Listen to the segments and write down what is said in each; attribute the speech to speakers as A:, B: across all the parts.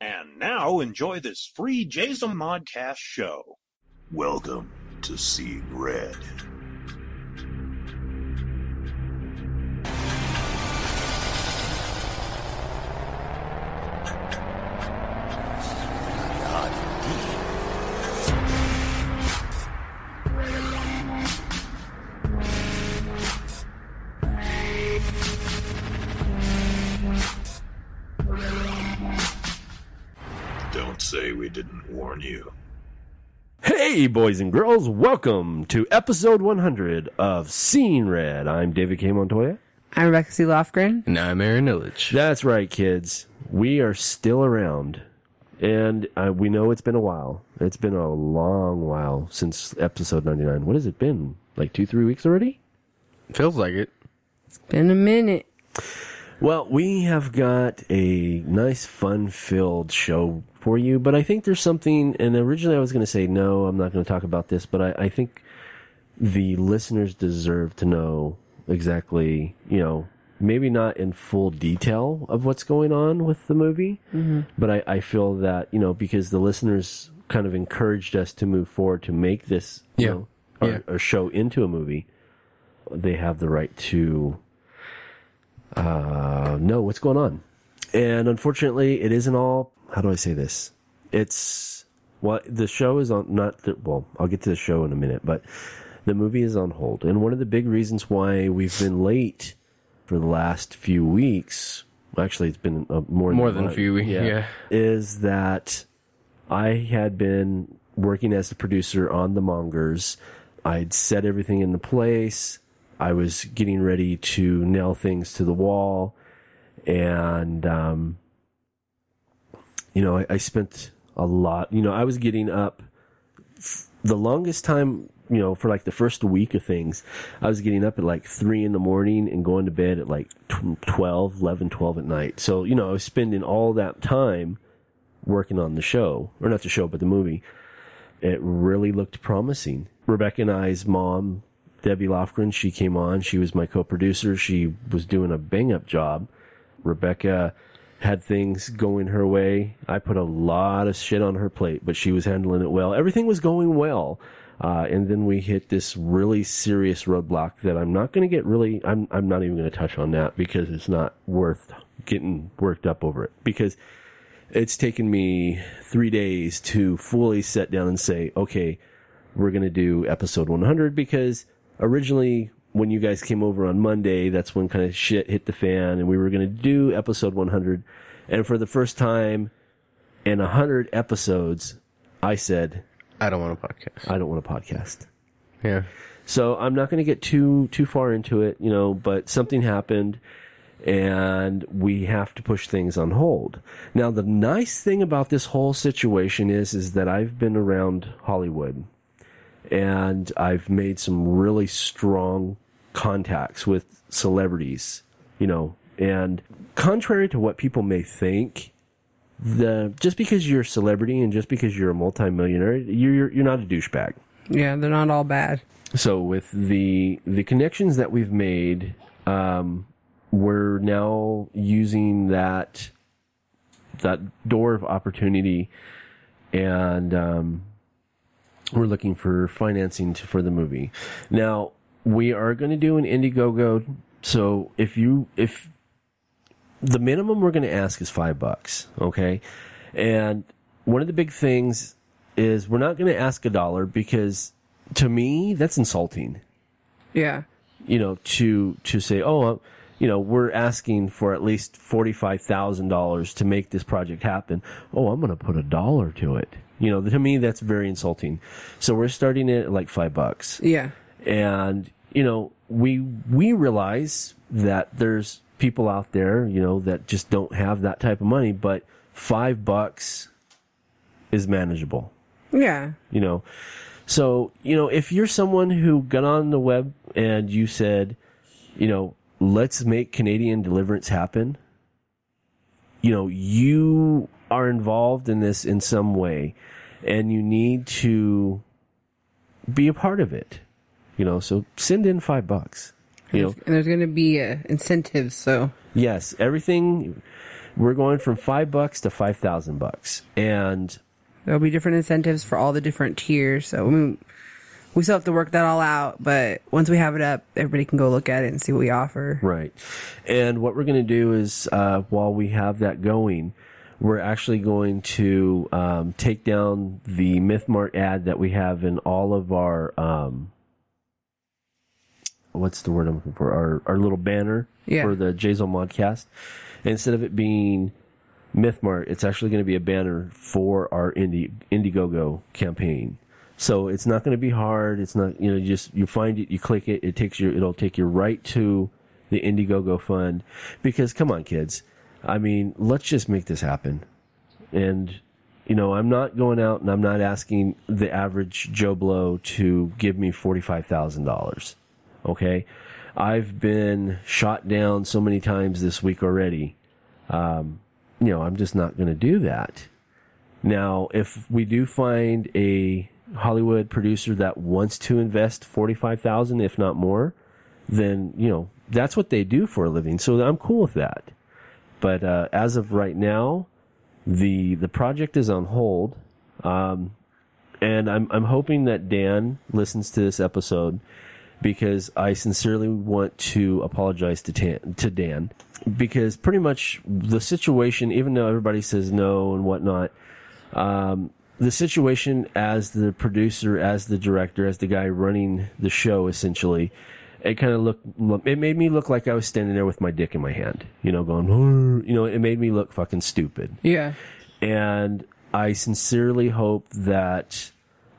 A: And now enjoy this free Jason Modcast show.
B: Welcome to Seeing Red. Don't say we didn't warn you.
C: Hey, boys and girls, welcome to episode 100 of Scene Red. I'm David K. Montoya.
D: I'm Rebecca C. Lofgren.
E: And I'm Aaron Illich.
C: That's right, kids. We are still around. And uh, we know it's been a while. It's been a long while since episode 99. What has it been? Like two, three weeks already?
E: Feels like it.
D: Been a minute.
C: Well, we have got a nice, fun filled show for you, but I think there's something, and originally I was going to say, no, I'm not going to talk about this, but I, I think the listeners deserve to know exactly, you know, maybe not in full detail of what's going on with the movie, but I, I feel that, you know, because the listeners kind of encouraged us to move forward to make this, you
E: Yeah.
C: know, our,
E: Yeah.
C: our show into a movie, they have the right to uh, know what's going on. And unfortunately, it isn't all. How do I say this? It's what the show is on. Not the, well. I'll get to the show in a minute, but the movie is on hold. And one of the big reasons why we've been late for the last few weeks. Actually, it's been uh, more
E: More than
C: a
E: a few weeks, yeah.
C: Is that I had been working as the producer on The Mongers. I'd set everything into place. I was getting ready to nail things to the wall. And, um, you know, I, I spent a lot, you know, I was getting up f- the longest time, you know, for like the first week of things, I was getting up at like three in the morning and going to bed at like tw- 12, 11, 12 at night. So, you know, I was spending all that time working on the show, or not the show, but the movie. It really looked promising. Rebecca and I's mom, Debbie Lofgren, she came on. She was my co-producer. She was doing a bang up job. Rebecca had things going her way. I put a lot of shit on her plate, but she was handling it well. Everything was going well. Uh, and then we hit this really serious roadblock that I'm not going to get really, I'm, I'm not even going to touch on that because it's not worth getting worked up over it because it's taken me three days to fully sit down and say, okay, we're going to do episode 100 because originally when you guys came over on Monday, that's when kind of shit hit the fan and we were going to do episode 100. And for the first time in 100 episodes, I said,
E: I don't want a podcast.
C: I don't want a podcast.
E: Yeah.
C: So I'm not going to get too too far into it, you know, but something happened and we have to push things on hold. Now the nice thing about this whole situation is is that I've been around Hollywood and I've made some really strong contacts with celebrities, you know, and contrary to what people may think, the just because you're a celebrity and just because you're a multimillionaire, you're you're, you're not a douchebag.
D: Yeah, they're not all bad.
C: So with the the connections that we've made, um, we're now using that that door of opportunity, and um, we're looking for financing to, for the movie. Now we are going to do an Indiegogo. So if you if the minimum we're going to ask is five bucks. Okay. And one of the big things is we're not going to ask a dollar because to me, that's insulting,
D: Yeah.
C: you know, to, to say, oh, uh, you know, we're asking for at least $45,000 to make this project happen. Oh, I'm going to put a dollar to it. You know, to me, that's very insulting. So we're starting it at like five bucks
D: Yeah.
C: and you know we we realize that there's people out there you know that just don't have that type of money but five bucks is manageable
D: Yeah.
C: you know so you know if you're someone who got on the web and you said you know let's make canadian deliverance happen you know you are involved in this in some way and you need to be a part of it you know so send in five bucks you know
D: And there's going to be uh, incentives, so
C: Yes, everything. We're going from five bucks to five thousand bucks, and
D: There'll be different incentives for all the different tiers. So I mean, we still have to work that all out. But once we have it up, everybody can go look at it and see what we offer.
C: Right. And what we're going to do is, uh, while we have that going, we're actually going to um, take down the MythMart ad that we have in all of our um, what's the word I'm looking for? Our our little banner
D: Yeah.
C: for the Jason Modcast. Instead of it being MythMart, it's actually going to be a banner for our Indie Indiegogo campaign. So it's not going to be hard. It's not you know you just you find it, you click it, it takes you, it'll take you right to the Indiegogo fund. Because come on, kids, I mean, let's just make this happen. And you know, I'm not going out and I'm not asking the average Joe Blow to give me forty five thousand dollars. Okay, I've been shot down so many times this week already Um, you know, I'm just not going to do that. Now, if we do find a Hollywood producer that wants to invest 45,000 if not more, then, you know, that's what they do for a living. So I'm cool with that. But uh, as of right now, the the project is on hold. Um, and I'm I'm hoping that Dan listens to this episode because I sincerely want to apologize to Tan, to Dan because pretty much the situation, even though everybody says no and whatnot, um, the situation as the producer, as the director, as the guy running the show, essentially, it kind of looked, look- it made me look like I was standing there with my dick in my hand, you know, going, "Arr," you know, it made me look fucking stupid
D: Yeah.
C: and I sincerely hope that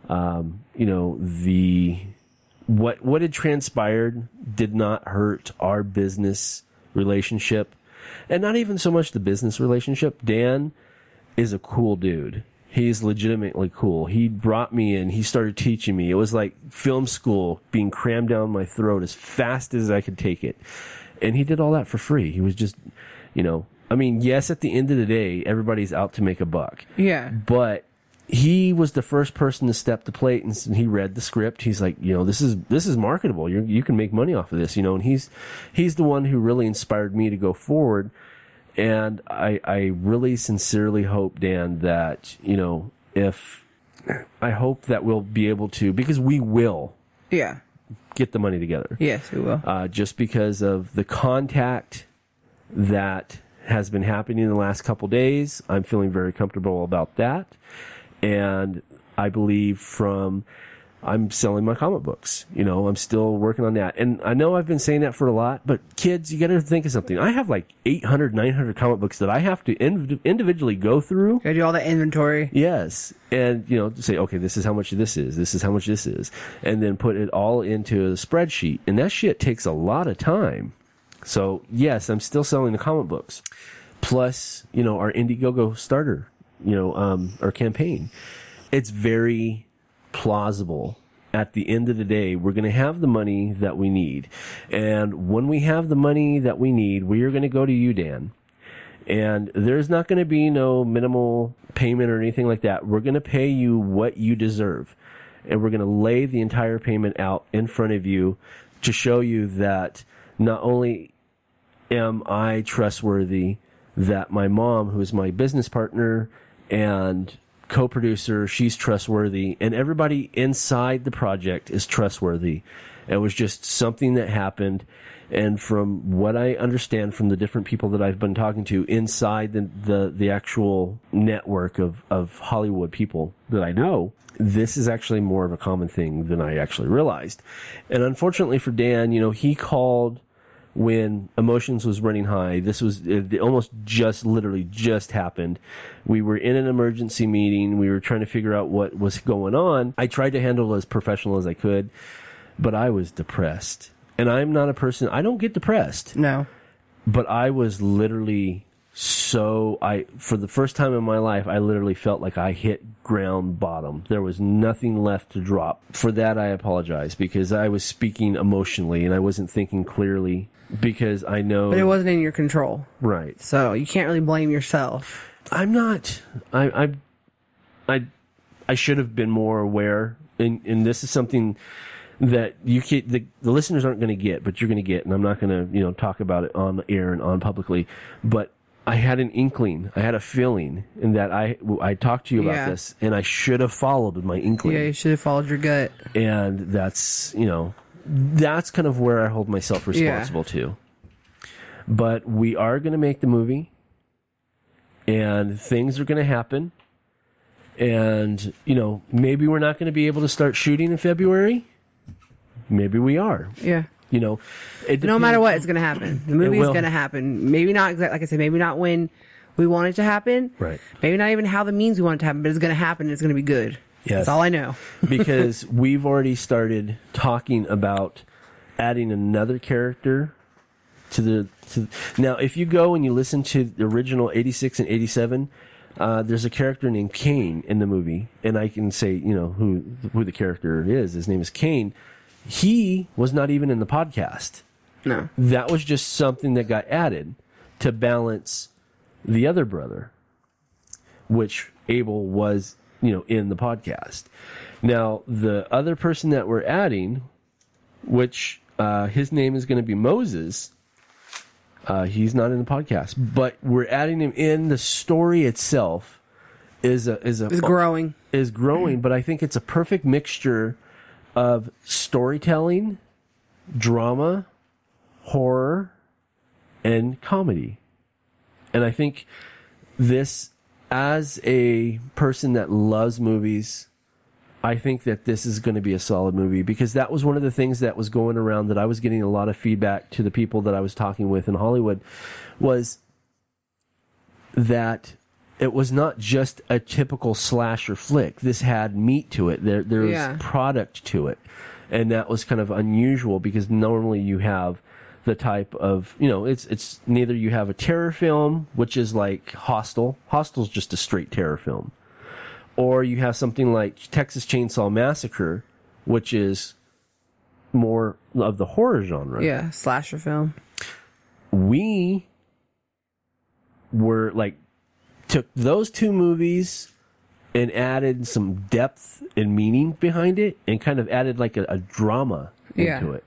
C: um, you know the what what had transpired did not hurt our business relationship, and not even so much the business relationship. Dan is a cool dude. He's legitimately cool. He brought me in. He started teaching me. It was like film school being crammed down my throat as fast as I could take it. And he did all that for free. He was just, you know, I mean, yes, at the end of the day, everybody's out to make a buck
D: Yeah.
C: but he was the first person to step the plate and s- he read the script he's like you know this is this is marketable you you can make money off of this you know and he's he's the one who really inspired me to go forward and i i really sincerely hope dan that you know if i hope that we'll be able to because we will
D: Yeah.
C: get the money together
D: Yes, we will.
C: uh, just because of the contact that has been happening in the last couple days. I'm feeling very comfortable about that. And I believe from I'm selling my comic books. You know, I'm still working on that. And I know I've been saying that for a lot, but kids, you got to think of something. I have like 800, 900 comic books that I have to indiv- individually go through.
D: Gotta do all that inventory.
C: Yes. And, you know, say, okay, this is how much this is. This is how much this is. And then put it all into a spreadsheet. And that shit takes a lot of time. So, yes, I'm still selling the comic books. Plus, you know, our Indiegogo starter, you know, um, our campaign. It's very plausible. At the end of the day, we're going to have the money that we need. And when we have the money that we need, we are going to go to you, Dan and there's not going to be no minimal payment or anything like that. We're going to pay you what you deserve, and we're going to lay the entire payment out in front of you to show you that not only am I trustworthy, that my mom, who is my business partner and co-producer, she's trustworthy, and everybody inside the project is trustworthy. It was just something that happened. And from what I understand from the different people that I've been talking to inside the, the, the actual network of, of Hollywood people that I know, this is actually more of a common thing than I actually realized. And unfortunately for Dan, you know, he called when emotions was running high. This was it almost just literally just happened. We were in an emergency meeting. We were trying to figure out what was going on. I tried to handle it as professional as I could, but I was depressed. And I'm not a person, I don't get depressed,
D: No.
C: but I was literally so I for the first time in my life I literally felt like I hit ground bottom. There was nothing left to drop. For that I apologize because I was speaking emotionally and I wasn't thinking clearly because I know
D: But it wasn't in your control.
C: right.
D: So you can't really blame yourself.
C: I'm not. I I I I should have been more aware, and and this is something that you can the, the listeners aren't going to get, but you're going to get, and I'm not going to you know talk about it on air and on publicly, but I had an inkling, I had a feeling, in that I I talked to you about
D: Yeah.
C: this, and I should have followed my inkling
D: Yeah, you should have followed your gut.
C: and that's you know that's kind of where I hold myself responsible to. But we are going to make the movie, and things are going to happen, and you know maybe we're not going to be able to start shooting in February. Maybe we are.
D: Yeah.
C: You know, it
D: No
C: depends-
D: matter what, it's going to happen. The movie is
C: will.
D: going to happen. Maybe not exactly, like I said, maybe not when we want it to happen.
C: Right.
D: Maybe not even how the means we want it to happen, but it's going to happen. and It's going to be good.
C: Yes.
D: That's all I know.
C: because we've already started talking about adding another character to the to now if you go and you listen to the original 86 and 87 uh, there's a character named Kane in the movie and I can say you know who who the character is his name is Kane he was not even in the podcast
D: No.
C: that was just something that got added to balance the other brother, which Abel was, you know, in the podcast. Now, the other person that we're adding, which uh, his name is going to be Moses, uh, he's not in the podcast, but we're adding him in. The story itself is a is a
D: It's growing.
C: is growing, but I think it's a perfect mixture of storytelling, drama, horror, and comedy. And I think this, as a person that loves movies, I think that this is going to be a solid movie because that was one of the things that was going around that I was getting a lot of feedback to the people that I was talking with in Hollywood was that it was not just a typical slasher flick. This had meat to it. There, there was
D: Yeah.
C: product to it. And that was kind of unusual because normally you have the type of, you know, it's, it's neither you have a terror film, which is like Hostel. Hostel's just a straight terror film or you have something like Texas Chainsaw Massacre, which is more of the horror genre.
D: Yeah. Slasher film.
C: We were like, took those two movies and added some depth and meaning behind it and kind of added like a, a drama
D: Yeah.
C: into it.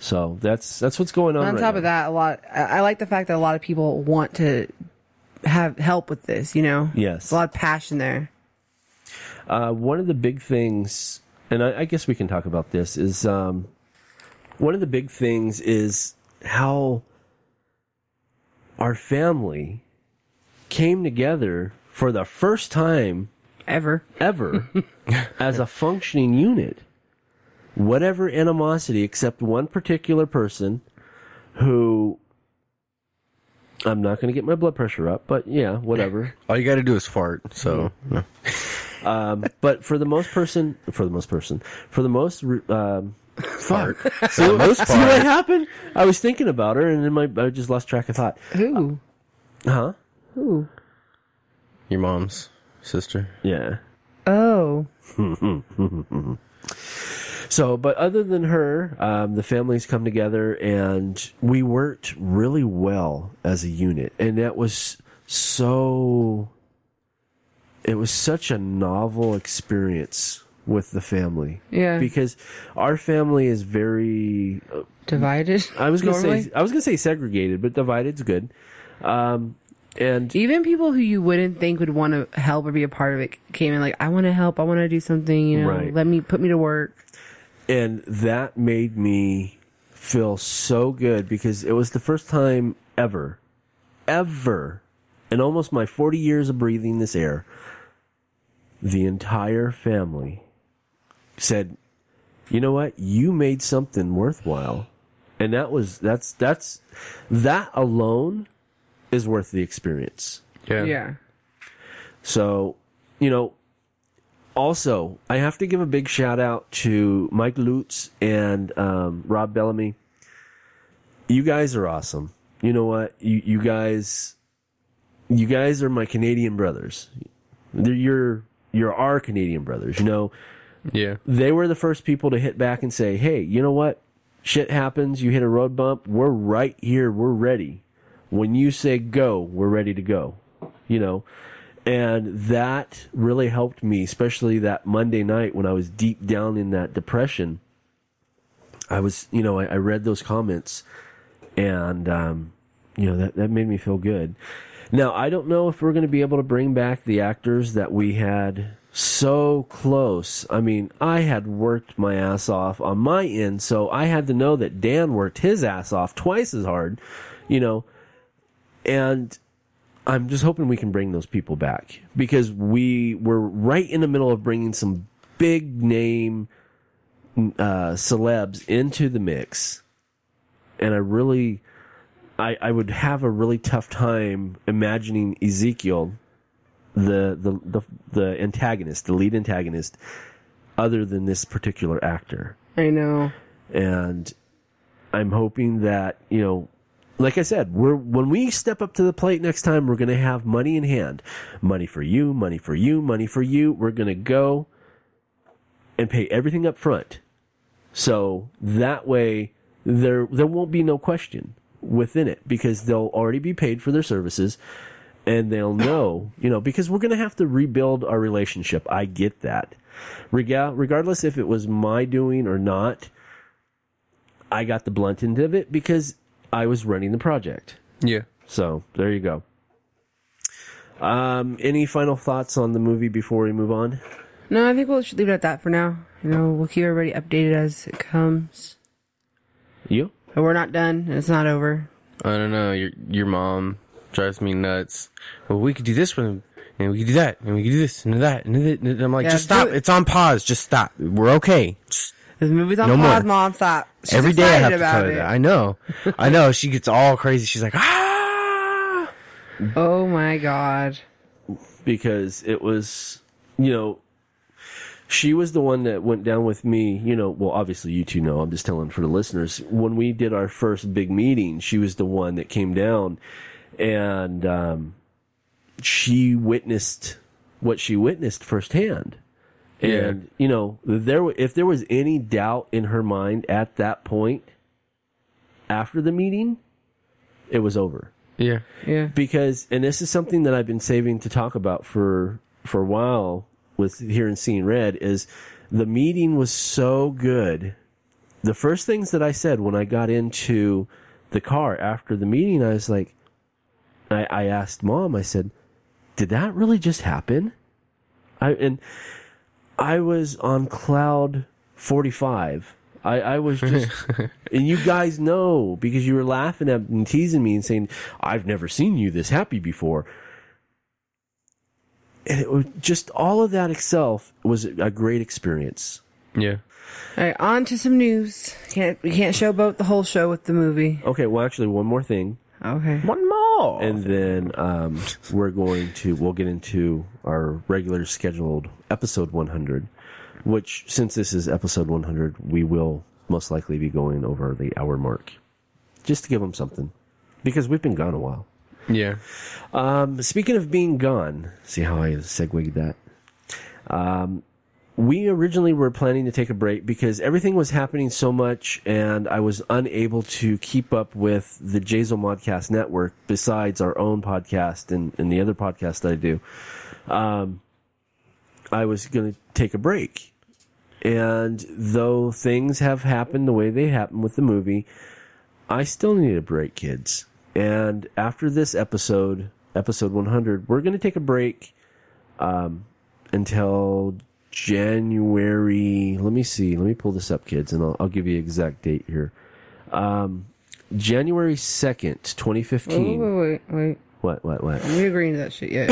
C: So that's that's what's going on.
D: on
C: right
D: top
C: now.
D: of that, a lot. I I like the fact that a lot of people want to have help with this. You know,
C: Yes.
D: There's a lot of passion there.
C: Uh, one of the big things, and I, I guess we can talk about this, is um, one of the big things is how our family came together for the first time
D: Ever
C: ever as a functioning unit. Whatever animosity, except one particular person who. I'm not going to get my blood pressure up, but yeah, whatever.
E: All you got to do is fart. So
D: Mm-hmm.
E: no.
C: But for the most person, for the most person, for the most, re- um, fuck.
E: For the most
C: See what
E: part,
C: happened? I was thinking about her, and then my I just lost track of thought.
D: who?
C: Huh?
D: Who?
E: your mom's sister.
C: Yeah.
D: Oh,
C: So, but other than her, um, the families come together, and we worked really well as a unit, and that was so. It was such a novel experience with the family.
D: Yeah.
C: Because our family is very
D: divided.
C: I was gonna
D: normally?
C: say I was gonna say segregated, but divided's good. Um, and
D: even people who you wouldn't think would want to help or be a part of it came in like, I want to help. I want to do something. You know,
C: Right.
D: let me put me to work.
C: and that made me feel so good because it was the first time ever, ever, in almost my forty years of breathing this air, the entire family said, "You know what? You made something worthwhile." And that was that's that's that alone is worth the experience.
E: Yeah.
D: Yeah.
C: So, you know, also, I have to give a big shout out to Mike Lutz and um, Rob Bellamy. You guys are awesome. You know what? You, you guys, you guys are my Canadian brothers. They're your, you're our Canadian brothers. You know,
E: Yeah.
C: they were the first people to hit back and say, "Hey, you know what? Shit happens. You hit a road bump. We're right here. We're ready. When you say go, we're ready to go." You know, and that really helped me, especially that Monday night when I was deep down in that depression. I was, you know, I, I read those comments, and um, you know that that made me feel good. Now I don't know if we're going to be able to bring back the actors that we had so close. I mean, I had worked my ass off on my end, so I had to know that Dan worked his ass off twice as hard, you know, and I'm just hoping we can bring those people back because we were right in the middle of bringing some big name uh, celebs into the mix, and I really, I, I would have a really tough time imagining Ezekiel, the the the the antagonist, the lead antagonist, other than this particular actor
D: I know.
C: and I'm hoping that you know, like I said, we're when we step up to the plate next time, we're going to have money in hand, money for you, money for you, money for you. We're going to go and pay everything up front, so that way there there won't be no question within it because they'll already be paid for their services. And they'll know, you know, because we're going to have to rebuild our relationship. I get that. Rega- Regardless if it was my doing or not, I got the blunt end of it because I was running the project.
E: Yeah.
C: So there you go. Um, any final thoughts on the movie before we move on?
D: No, I think we'll just leave it at that for now. You know, we'll keep everybody updated as it comes.
C: You?
D: But we're not done, and it's not over.
E: I don't know. Your your mom drives me nuts. Well, we could do this one, and we could do that, and we could do this, and that, and, that, and I'm like,
D: Yeah,
E: just
D: do
E: stop.
D: it.
E: It's on pause. Just stop. We're okay. Just
D: This movie's on
E: No
D: pause,
E: more.
D: mom. Stop. She's
E: Every day I have
D: excited
E: to tell her
D: it.
E: that. I know. I know. She gets all crazy. She's like, ah.
D: Oh my god.
C: Because it was, you know, she was the one that went down with me. You know, well, obviously you two know. I'm just telling for the listeners. When we did our first big meeting, she was the one that came down, and um, she witnessed what she witnessed firsthand. And you know, there wa- if there was any doubt in her mind at that point after the meeting, it was over
E: Yeah.
D: Yeah.
C: because and this is something that I've been saving to talk about for for a while with here and seeing red is the meeting was so good. The first things that I said when I got into the car after the meeting, I was like, I, I asked mom, I said, did that really just happen? I and I was on cloud forty five. I, I was just and you guys know because you were laughing at and teasing me and saying, I've never seen you this happy before. And it was just all of that itself was a great experience.
E: Yeah.
D: All right, on to some news. Can't we can't showboat the whole show with the movie?
C: Okay, well, actually, one more thing.
D: Okay.
E: One more.
C: And then um, we're going to, we'll get into our regular scheduled episode 100, which, since this is episode 100, we will most likely be going over the hour mark just to give them something because we've been gone a while.
E: yeah.
C: Um, speaking of being gone, see how I segued that. Um, we originally were planning to take a break because everything was happening so much, and I was unable to keep up with the Jazel Modcast Network. Besides our own podcast and, and the other podcast that I do, um, I was going to take a break. And though things have happened the way they happened with the movie, I still need a break, kids. And after this episode, episode 100, we're going to take a break um, until January. Let me see. Let me pull this up, kids, and I'll, I'll give you exact date here. Um, January 2nd, 2015.
D: wait, wait, wait.
C: What, what, what?
D: We agreeing to that shit yet?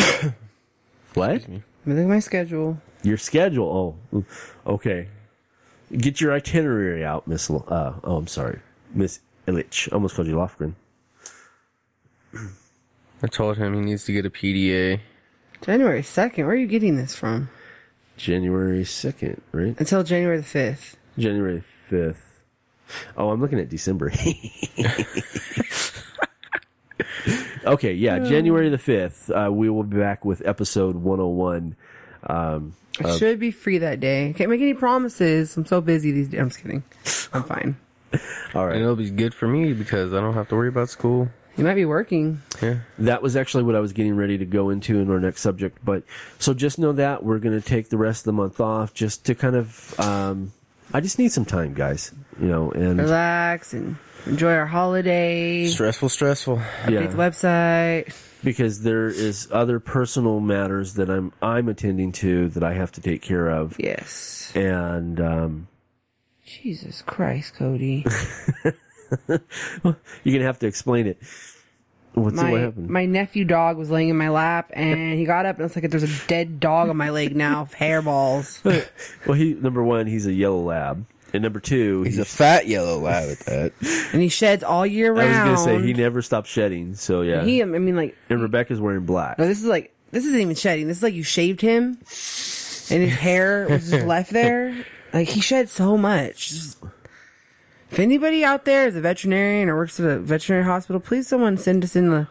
D: Let
C: What?
D: me look at my schedule.
C: Your schedule. Oh, okay. Get your itinerary out, Miss. L- Uh, oh, I'm sorry, Miss Illich. I almost called you Lofgren.
E: I told him he needs to get a PDA.
D: January second. Where are you getting this from?
C: January 2nd, right?
D: Until January the fifth.
C: January 5th. Oh, I'm looking at December. okay, yeah, January the 5th. Uh, we will be back with episode 101.
D: I
C: Uh,
D: should be free that day. Can't make any promises. I'm so busy these days. I'm just kidding. I'm fine.
C: All
E: And
C: right.
E: it'll be good for me because I don't have to worry about school.
D: You might be working.
C: That was actually what I was getting ready to go into in our next subject. But so just know that we're going to take the rest of the month off just to kind of um, I just need some time, guys. You know, and
D: Relax and enjoy our holiday.
E: Stressful, stressful.
D: Update the website.
C: because there is other personal matters that I'm I'm attending to that I have to take care of,
D: Yes.
C: and um,
D: Jesus Christ, Cody.
C: you're gonna have to explain it. What's
D: my
C: what happened?
D: my nephew dog was laying in my lap and he got up and it's like there's a dead dog on my leg now, hairballs.
C: well, he number one, he's a yellow lab, and number two,
E: He's a fat yellow lab at that.
D: And he sheds all year
C: I
D: round.
C: was gonna say he never stopped shedding. So yeah,
D: He, I mean, like,
C: and Rebecca's wearing black.
D: no, this is like, this isn't even shedding. This is like you shaved him and his hair was just left there. Like, he shed so much. Just- if anybody out there is a veterinarian or works at a veterinary hospital, please someone send us in a,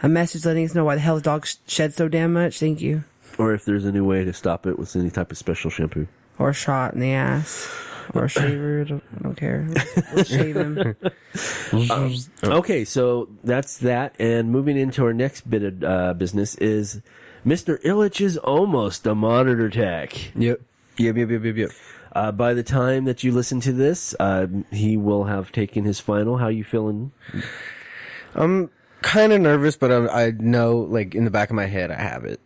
D: a message letting us know why the hell the dog sh- shed so damn much. Thank you.
C: Or if there's a new way to stop it with any type of special shampoo.
D: Or a shot in the ass. Or a shaver. I don't, I don't care. We'll shave him.
E: Um,
C: Okay, so that's that. And moving into our next bit of uh, business is Mr. Illich is almost a monitor tech.
E: Yep. Yep, yep, yep, yep, yep.
C: Uh, by the time that you listen to this, uh, he will have taken his final. How you feeling?
E: I'm kind of nervous, but I, I know, like, in the back of my head, I have it.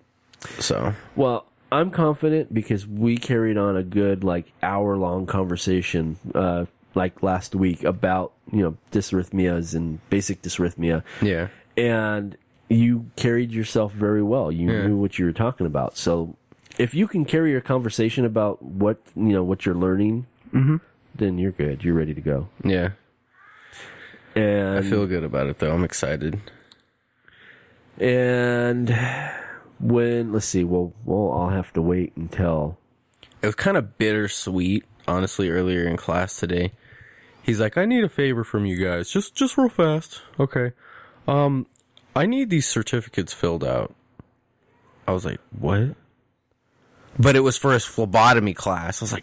E: So,
C: Well, I'm confident because we carried on a good like hour long conversation uh like last week about, you know, dysrhythmias and basic dysrhythmia.
E: yeah.
C: And you carried yourself very well. You knew what you were talking about. So if you can carry your conversation about what you know what you're learning, then you're good. You're ready to go.
E: Yeah.
C: And
E: I feel good about it, though. I'm excited.
C: and when let's see, well well I'll have to wait until
E: It was kind of bittersweet, honestly, earlier in class today. He's like, I need a favor from you guys. Just, just real fast. Okay. Um, I need these certificates filled out. I was like, what? But it was for his phlebotomy class. I was like,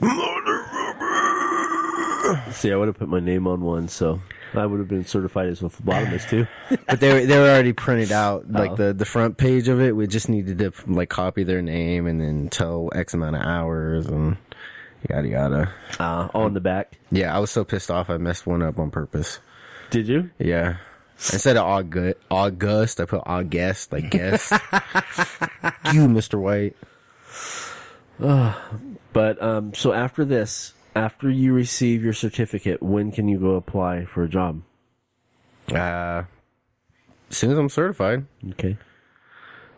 C: See, I would have put my name on one, so I would have been certified as a phlebotomist too.
E: but they were, they were already printed out like the the front page of it we just needed to like copy their name and then tell x amount of hours and yada yada
C: Uh, on the back.
E: yeah i was so pissed off i messed one up on purpose
C: Did you?
E: yeah instead of august august i put august like guest you mr white
C: But um, so after this, after you receive your certificate, when can you go apply for a job?
E: uh as soon as i'm certified
C: Okay.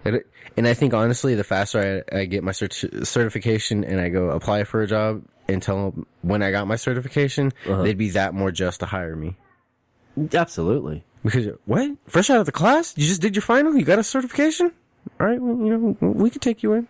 E: And, it- and I think honestly, the faster I, I get my cert- certification and I go apply for a job and tell them when I got my certification, they'd be that more just to hire me.
C: Absolutely.
E: Because what? Fresh out of the class? You just did your final? You got a certification? All right, well, you know, we could take you in.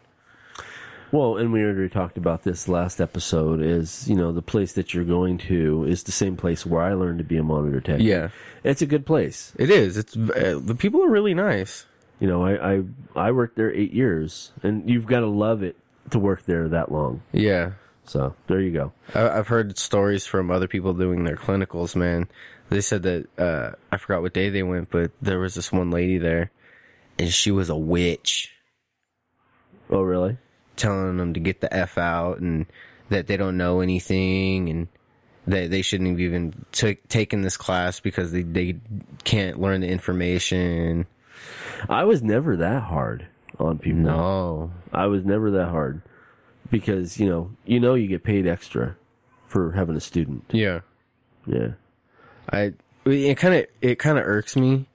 C: Well, and we already talked about this last episode. Is you know the place that you're going to is the same place where I learned to be a monitor tech.
E: Yeah.
C: it's a good place.
E: It is. It's uh, the people are really nice.
C: You know, I I, I worked there eight years, and you've got to love it to work there that long.
E: Yeah.
C: So there you go.
E: I- I've heard stories from other people doing their clinicals, man. They said that, uh, I forgot what day they went, but there was this one lady there and she was a witch.
C: Oh, really?
E: telling them to get the f out and that they don't know anything and that they shouldn't have even took taken this class because they they can't learn the information.
C: I was never that hard on people.
E: No,
C: I was never that hard because you know you know you get paid extra for having a student.
E: yeah,
C: Yeah,
E: I it kind of it kind of irks me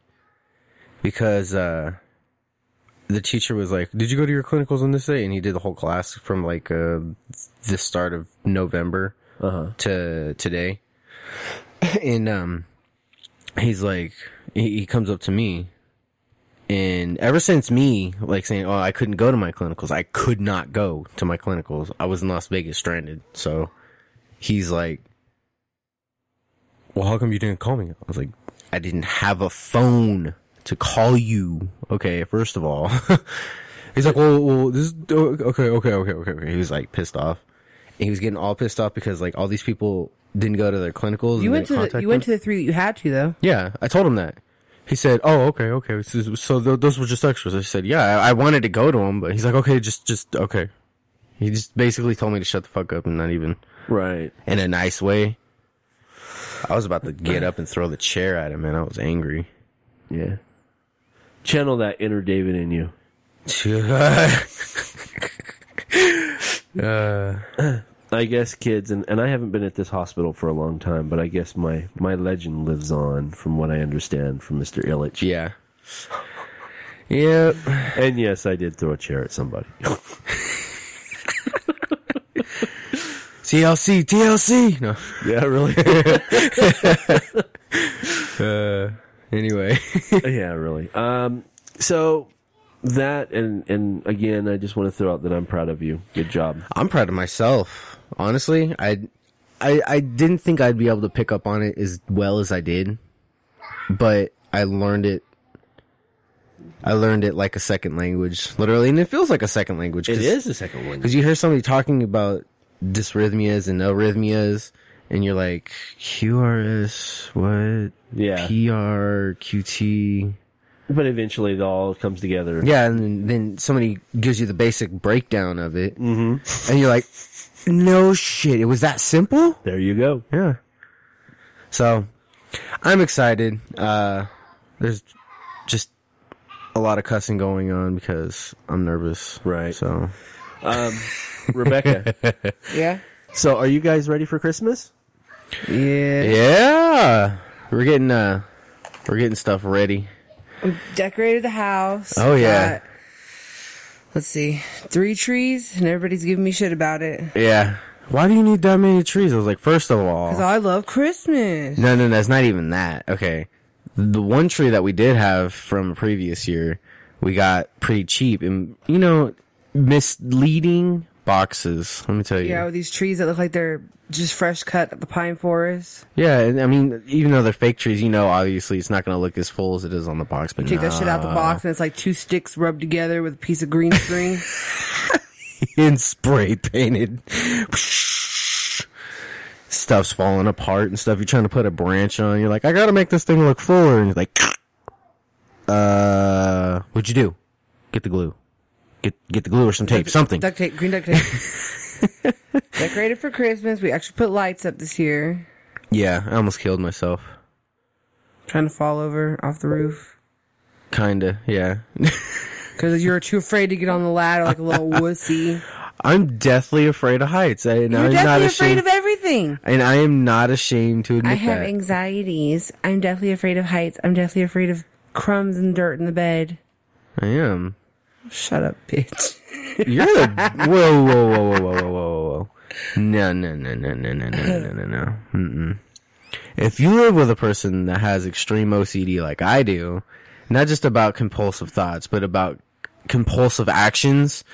E: because uh the teacher was like, "Did you go to your clinicals on this day?" And he did the whole class from like uh the start of November
C: Uh-huh.
E: to today. and um he's like he, he comes up to me and ever since me like saying oh i couldn't go to my clinicals i could not go to my clinicals i was in las vegas stranded so he's like well how come you didn't call me i was like i didn't have a phone to call you okay first of all he's like well, well this okay okay okay okay okay he was like pissed off And he was getting all pissed off because like all these people didn't go to their clinicals
D: You
E: and
D: went
E: didn't
D: to the,
E: contact
D: you went
E: them.
D: to the three that you had to though.
E: Yeah, I told him that. He said, "Oh, okay, okay. So, so th- those were just extras." I said, "Yeah, I, I wanted to go to him, but he's like, okay, just, just okay." He just basically told me to shut the fuck up and not even
C: Right.
E: in a nice way. I was about to get up and throw the chair at him, and I was angry.
C: Yeah. Channel that inner David in you. I guess kids, and, and I haven't been at this hospital for a long time, but I guess my, my legend lives on from what I understand from Mr. Illich.
E: yeah. Yep.
C: And yes, I did throw a chair at somebody.
E: TLC, TLC. No.
C: yeah, really?
E: Uh, Anyway.
C: yeah, really. Um, so that, and, and again, I just want to throw out that I'm proud of you. Good job.
E: I'm proud of myself. Honestly, I, I, I didn't think I'd be able to pick up on it as well as I did, but I learned it. I learned it like a second language, literally, and it feels like a second language.
C: It
E: 'cause-
C: is the second one.
E: Cause you hear somebody talking about dysrhythmias and arrhythmias, and you're like, QRS, what?
C: Yeah.
E: PR, QT.
C: But eventually it all comes together.
E: Yeah, and then, then somebody gives you the basic breakdown of it, mm-hmm. and you're like, no shit, it was that simple?
C: There you go.
E: Yeah. So, I'm excited. Uh, there's just a lot of cussing going on because I'm nervous.
C: Right.
E: So,
C: Rebecca.
D: Yeah.
C: so are you guys ready for Christmas?
D: Yeah.
E: yeah, we're getting, uh, we're getting stuff ready.
D: Decorated the house.
E: Oh, yeah.
D: Got- let's see. Three trees, and everybody's giving me shit about it.
E: Yeah. Why do you need that many trees? I was like, first of all,
D: Because I love Christmas.
E: No, no, no, it's not even that. Okay. The one tree that we did have from a previous year, we got pretty cheap and, you know, misleading boxes. Let me tell you.
D: Yeah,
E: Yeah.
D: with these trees that look like they're just fresh cut at the pine forest.
E: and I mean, even though they're fake trees, you know, obviously it's not going to look as full as it is on the box, but
D: Take
E: nah.
D: that shit out the box, and it's like two sticks rubbed together with a piece of green string.
E: and spray painted. Stuff's falling apart and stuff. You're trying to put a branch on. You're like, I gotta make this thing look fuller. And you're like, uh, what'd you do? Get the glue. Get, get the glue or some tape, something.
D: duct tape, green duct tape. Decorated for Christmas. We actually put lights up this year.
E: Yeah, I almost killed myself.
D: Trying to fall over off the roof.
E: Kinda, yeah.
D: Because you were too afraid to get on the ladder like a little wussy.
E: I'm deathly afraid of heights. I, and
D: You're
E: I'm not
D: definitely afraid
E: ashamed.
D: of everything.
E: and I am not ashamed to admit
D: I have
E: that.
D: anxieties. I'm definitely afraid of heights. I'm definitely afraid of crumbs and dirt in the bed.
E: I am.
D: Shut up, bitch.
E: You're the whoa whoa whoa whoa whoa whoa whoa whoa. No no no no no no no no no no. Mm-mm. If you live with a person that has extreme OCD like I do, not just about compulsive thoughts, but about compulsive actions,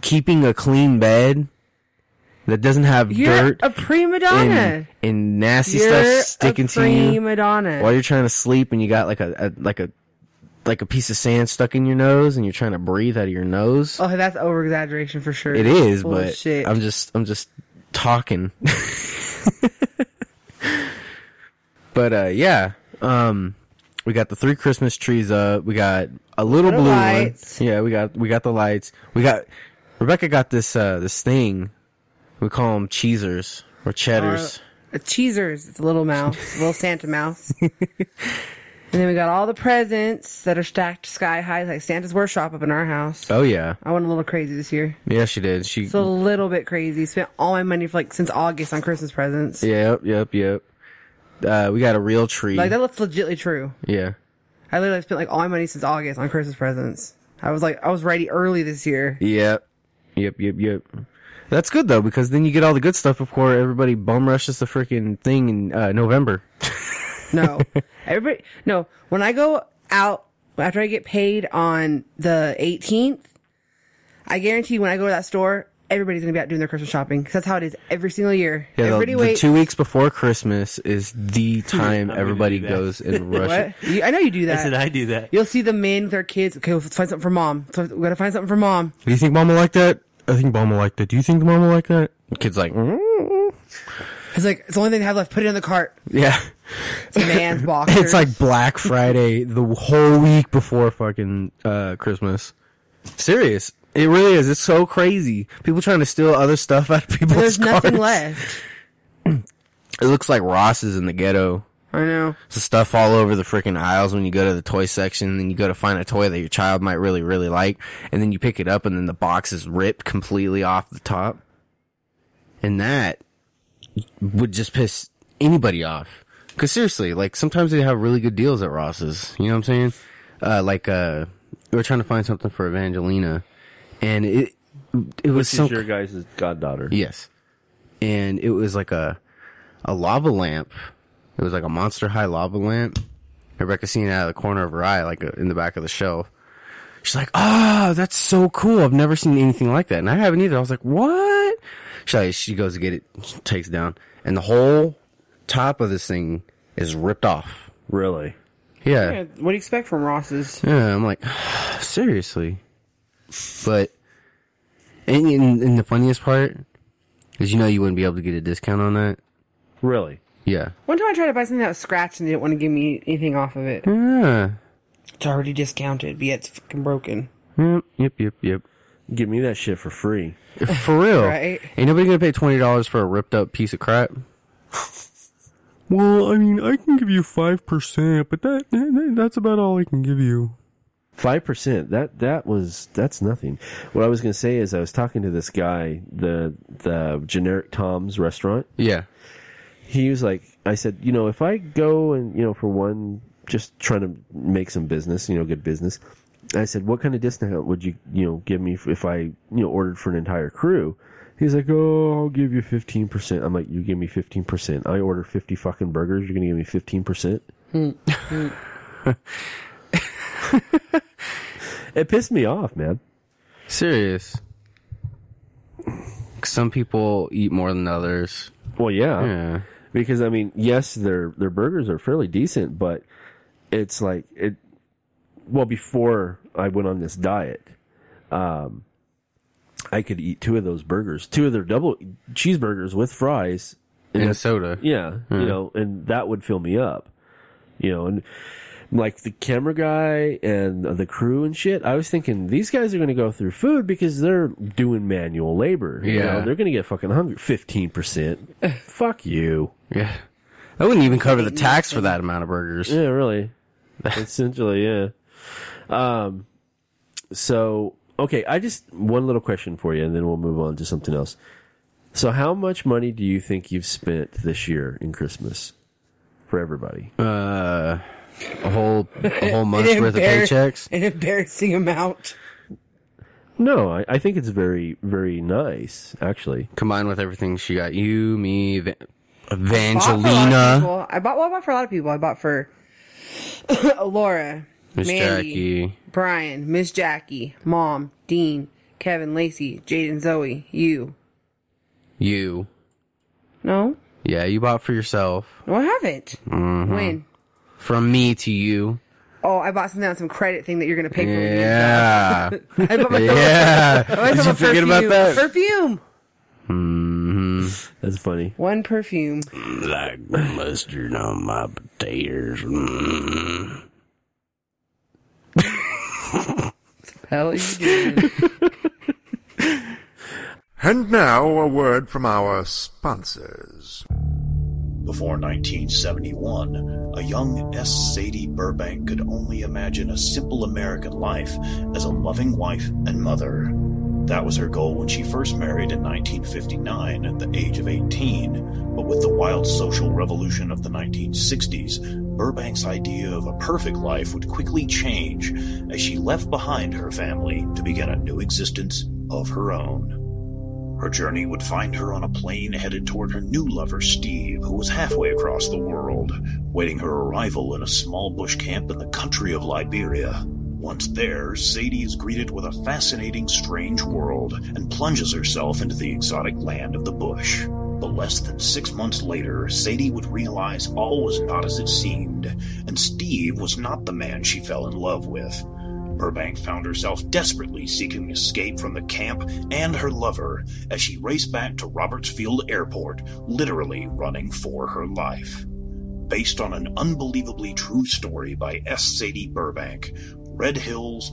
E: keeping a clean bed that doesn't have
D: You're
E: dirt
D: a prima donna.
E: and, and nasty
D: You're
E: stuff sticking
D: a
E: to you
D: prima donna.
E: while you're trying to sleep and you got like a, a like a like a piece of sand stuck in your nose and you're trying to breathe out of your nose.
D: Oh, that's over exaggeration for sure.
E: It is,
D: Full of
E: but
D: shit.
E: I'm just I'm just talking. but uh yeah. Um we got the three Christmas trees up. We got a little
D: Little
E: blue
D: lights.
E: one. Yeah, we got we got the lights. We got Rebecca got this uh this thing. We call them cheesers or cheddars.
D: a cheesers. It's a little mouse, a little Santa mouse. and then we got all the presents that are stacked sky high, like Santa's workshop up in our house.
E: oh yeah.
D: I went a little crazy this year.
E: Yeah, she did. She
D: It's a little bit crazy. Spent all my money for like since August on Christmas presents.
E: Yep, yep, yep. Uh we got a real tree.
D: Like that looks legitly true.
E: yeah.
D: I literally spent like all my money since August on Christmas presents. I was like, I was ready early this year.
E: Yep. Yep, yep, yep. That's good though, because then you get all the good stuff before everybody bum rushes the freaking thing in uh, November.
D: No. Everybody, no. When I go out, after I get paid on the 18th, I guarantee when I go to that store, everybody's going to be out doing their Christmas shopping. 'Cause that's how it is every single year.
E: Yeah, the,
D: everybody
E: the
D: waits.
E: two weeks before Christmas is the time everybody
A: do that.
E: goes and rushes.
D: What? You- I know you do
A: I said
D: that.
A: I do that.
D: You'll see the men with their kids. Okay, let's find something for mom. So we gotta find something for mom.
E: Do you think mom will like that? I think mom will like that. Do you think mom will like that? The kid's like, mm.
D: It's like it's the only thing they have left. Put it in the cart.
E: yeah.
D: It's a man's box.
E: It's like Black Friday the whole week before fucking uh, Christmas. Serious. It really is. It's so crazy. People trying to steal other stuff out of people's
D: There's nothing
E: cars.
D: left.
E: It looks like Ross is in the ghetto.
D: I know.
E: There's stuff all over the freaking aisles when you go to the toy section. Then you go to find a toy that your child might really, really like, and then you pick it up, and then the box is ripped completely off the top. And that would just piss anybody off. Cause seriously, like sometimes they have really good deals at Ross's. You know what I'm saying? Uh, like uh, we were trying to find something for Evangelina, and it it was
C: Which
E: so
C: is your guys' goddaughter.
E: Yes. And it was like a a lava lamp. It was like a monster high lava lamp. Rebecca seen it out of the corner of her eye, like uh, in the back of the shelf. She's like, "Ah, that's so cool! I've never seen anything like that, and I haven't either." I was like, "What?" She like, she goes to get it, she takes it down, and the whole top of this thing is ripped off.
C: Really?
E: Yeah,
D: Yeah, what do you expect from Ross's?
E: yeah, I'm like, seriously. But, and, and, and the funniest part is, you know, you wouldn't be able to get a discount on that.
C: Really?
E: Yeah.
D: One time I tried to buy something that was scratched and they didn't want to give me anything off of it.
E: Yeah.
D: It's already discounted, but yet it's fucking broken.
E: Yep, yep, yep, yep.
C: Give me that shit for free.
E: For real.
D: Right.
E: Ain't nobody gonna pay $20 for a ripped up piece of crap.
F: Well, I mean, I can give you 5%, but that, that that's about all I can give you.
C: Five percent. That that was that's nothing. What I was gonna say is I was talking to this guy, the the generic Tom's restaurant.
E: Yeah.
C: He was like, I said, you know, if I go and you know for one, just trying to make some business, you know, good business. I said, what kind of discount would you you know give me if I you know ordered for an entire crew? He's like, oh, I'll give you fifteen percent. I'm like, you give me fifteen percent. I order fifty fucking burgers. You're gonna give me fifteen percent. It pissed me off, man.
E: Serious. Some people eat more than others.
C: Well, yeah.
E: Yeah.
C: because I mean, yes, their their burgers are fairly decent, but it's like it. Well, before I went on this diet, um, I could eat two of those burgers, two of their double cheeseburgers with fries. Hmm.
E: And soda.
C: Yeah, you know, and that would fill me up. You know, and like the camera guy and the crew and shit, I was thinking these guys are going to go through food because they're doing manual labor. You
E: Yeah.
C: know, they're going to get fucking hungry. Fifteen percent. Fuck you.
E: Yeah. I wouldn't even cover the tax for that amount of burgers.
C: Yeah, really. Essentially, yeah. Um, so okay, I just one little question for you, and then we'll move on to something else. So, how much money do you think you've spent this year in Christmas for everybody?
E: Uh, a whole, a whole month's worth of
D: embarrass-
E: paychecks.
D: An embarrassing amount.
C: No, I, I think it's very, very nice, actually.
E: combined with everything she got you me Ev-
D: Bought for a lot of
E: evangelina
D: people. I bought well, I bought for a lot of people. I bought for Laura,
E: miss
D: Mandy,
E: jackie
D: Brian, Miss Jackie, Mom, Dean, Kevin, Lacey, Jaden, Zoe, you.
E: you
D: No,
E: yeah you bought for yourself
D: no, I haven't.
E: Mm-hmm.
D: When?
E: from me to you
D: Oh, I bought something on some credit thing that you're gonna pay for. me.
E: yeah
D: I bought my
E: yeah
D: I bought
E: did you
D: my
E: forget
D: perfume.
E: about that
D: Perfume.
E: Mm-hmm.
C: That's funny.
D: One perfume.
E: like mustard on my potatoes Mm.
D: Hell, you doing?
G: And now a word from our sponsors.
A: Before 1971, a young S. Sadie Burbank could only imagine a simple American life as a loving wife and mother. That was her goal when she first married in 1959 at the age of 18. But with the wild social revolution of the 1960s, Burbank's idea of a perfect life would quickly change as she left behind her family to begin a new existence of her own. Her journey would find her on a plane headed toward her new lover, Steve, who was halfway across the world, waiting her arrival in a small bush camp in the country of Liberia. Once there, Sadie is greeted with a fascinating, strange world and plunges herself into the exotic land of the bush. But less than six months later, Sadie would realize all was not as it seemed, and Steve was not the man she fell in love with. Burbank found herself desperately seeking escape from the camp and her lover as she raced back to Roberts Field Airport, literally running for her life. Based on an unbelievably true story by S. Sadie Burbank, Red Hills,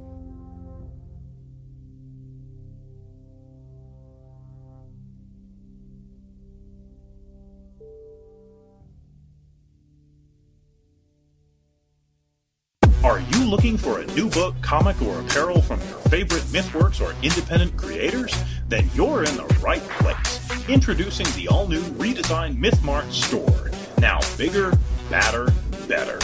A: Are you looking for a new book, comic, or apparel from your favorite MythWorks or independent creators? Then you're in the right place. Introducing the all new redesigned MythMart store. Now bigger, badder, better.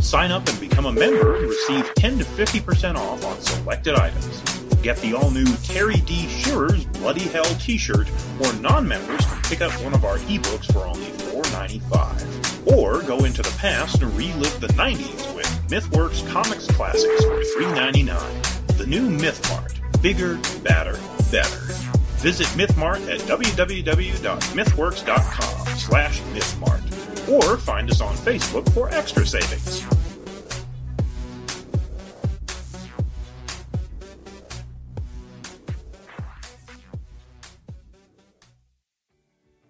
A: Sign up and become a member and receive 10 to 50% off on selected items. Get the all new Terry D. Shearer's Bloody Hell t shirt, or non members can pick up one of our ebooks for only $4.95. Or go into the past and relive the 90s with MythWorks Comics Classics for $3.99. The new MythMart. Bigger, badder, better. Visit MythMart at www.mythworks.com slash MythMart. Or find us on Facebook for extra savings.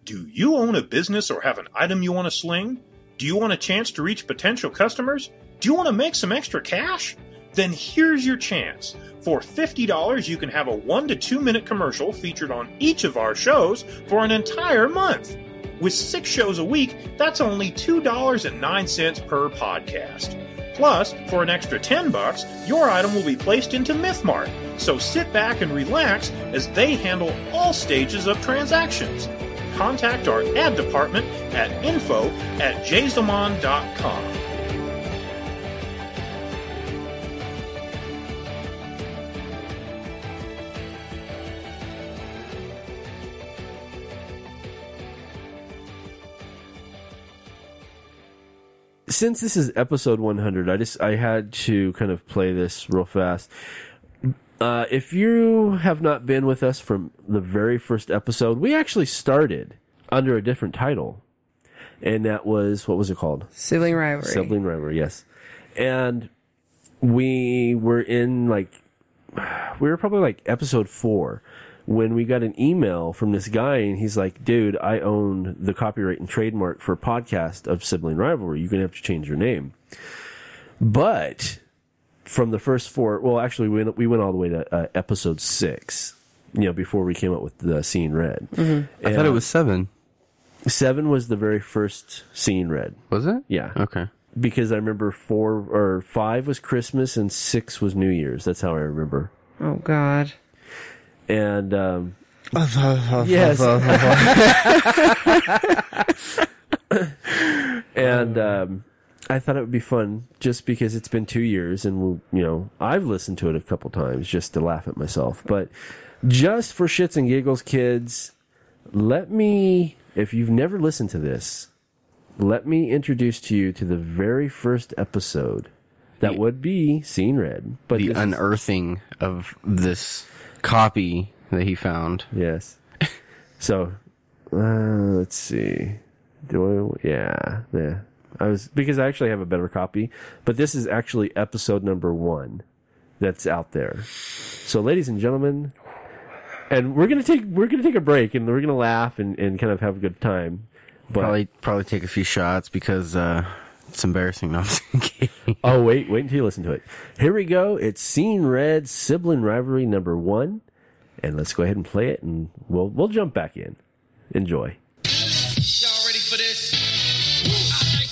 A: Do you own a business or have an item you want to sling? Do you want a chance to reach potential customers? Do you want to make some extra cash? Then here's your chance. For $50, you can have a 1 to 2 minute commercial featured on each of our shows for an entire month. With 6 shows a week, that's only $2.09 per podcast. Plus, for an extra 10 bucks, your item will be placed into MythMart. So sit back and relax as they handle all stages of transactions contact our ad department at info at jazamon.com.
C: since this is episode 100 i just i had to kind of play this real fast uh, if you have not been with us from the very first episode we actually started under a different title and that was what was it called
D: Sibling rivalry.
C: sibling rivalry yes and we were in like we were probably like episode four when we got an email from this guy and he's like dude i own the copyright and trademark for podcast of sibling rivalry you're gonna have to change your name but from the first four well actually we went, we went all the way to uh, episode six you know before we came up with the scene red
E: I thought it was seven.
C: seven was the very first scene red
E: Was it?
C: yeah
E: Okay.
C: because I remember four or five was Christmas and six was New Year's. That's how I remember.
D: Oh God.
C: And um, yes, and um, I thought it would be fun just because it's been two years, and we'll, you know I've listened to it a couple times just to laugh at myself. But just for shits and giggles, kids, let me if you've never listened to this, let me introduce to you to the very first episode. That would be Scene Red, but
E: The
C: this is-
E: unearthing of this copy that he found.
C: Yes. so, uh, let's see. Do I? Yeah, yeah. I was because I actually have a better copy, but this is actually episode number one that's out there. So, ladies and gentlemen, and we're gonna take we're gonna take a break and we're gonna laugh and, and kind of have a good time. But
E: Probably probably take a few shots because uh, it's embarrassing. No, I'm just kidding.
C: oh wait, wait until you listen to it. Here we go. It's Scene Red Sibling Rivalry number one, and let's go ahead and play it, and we'll we'll jump back in. Enjoy.
H: Y'all ready for this? Woo! I like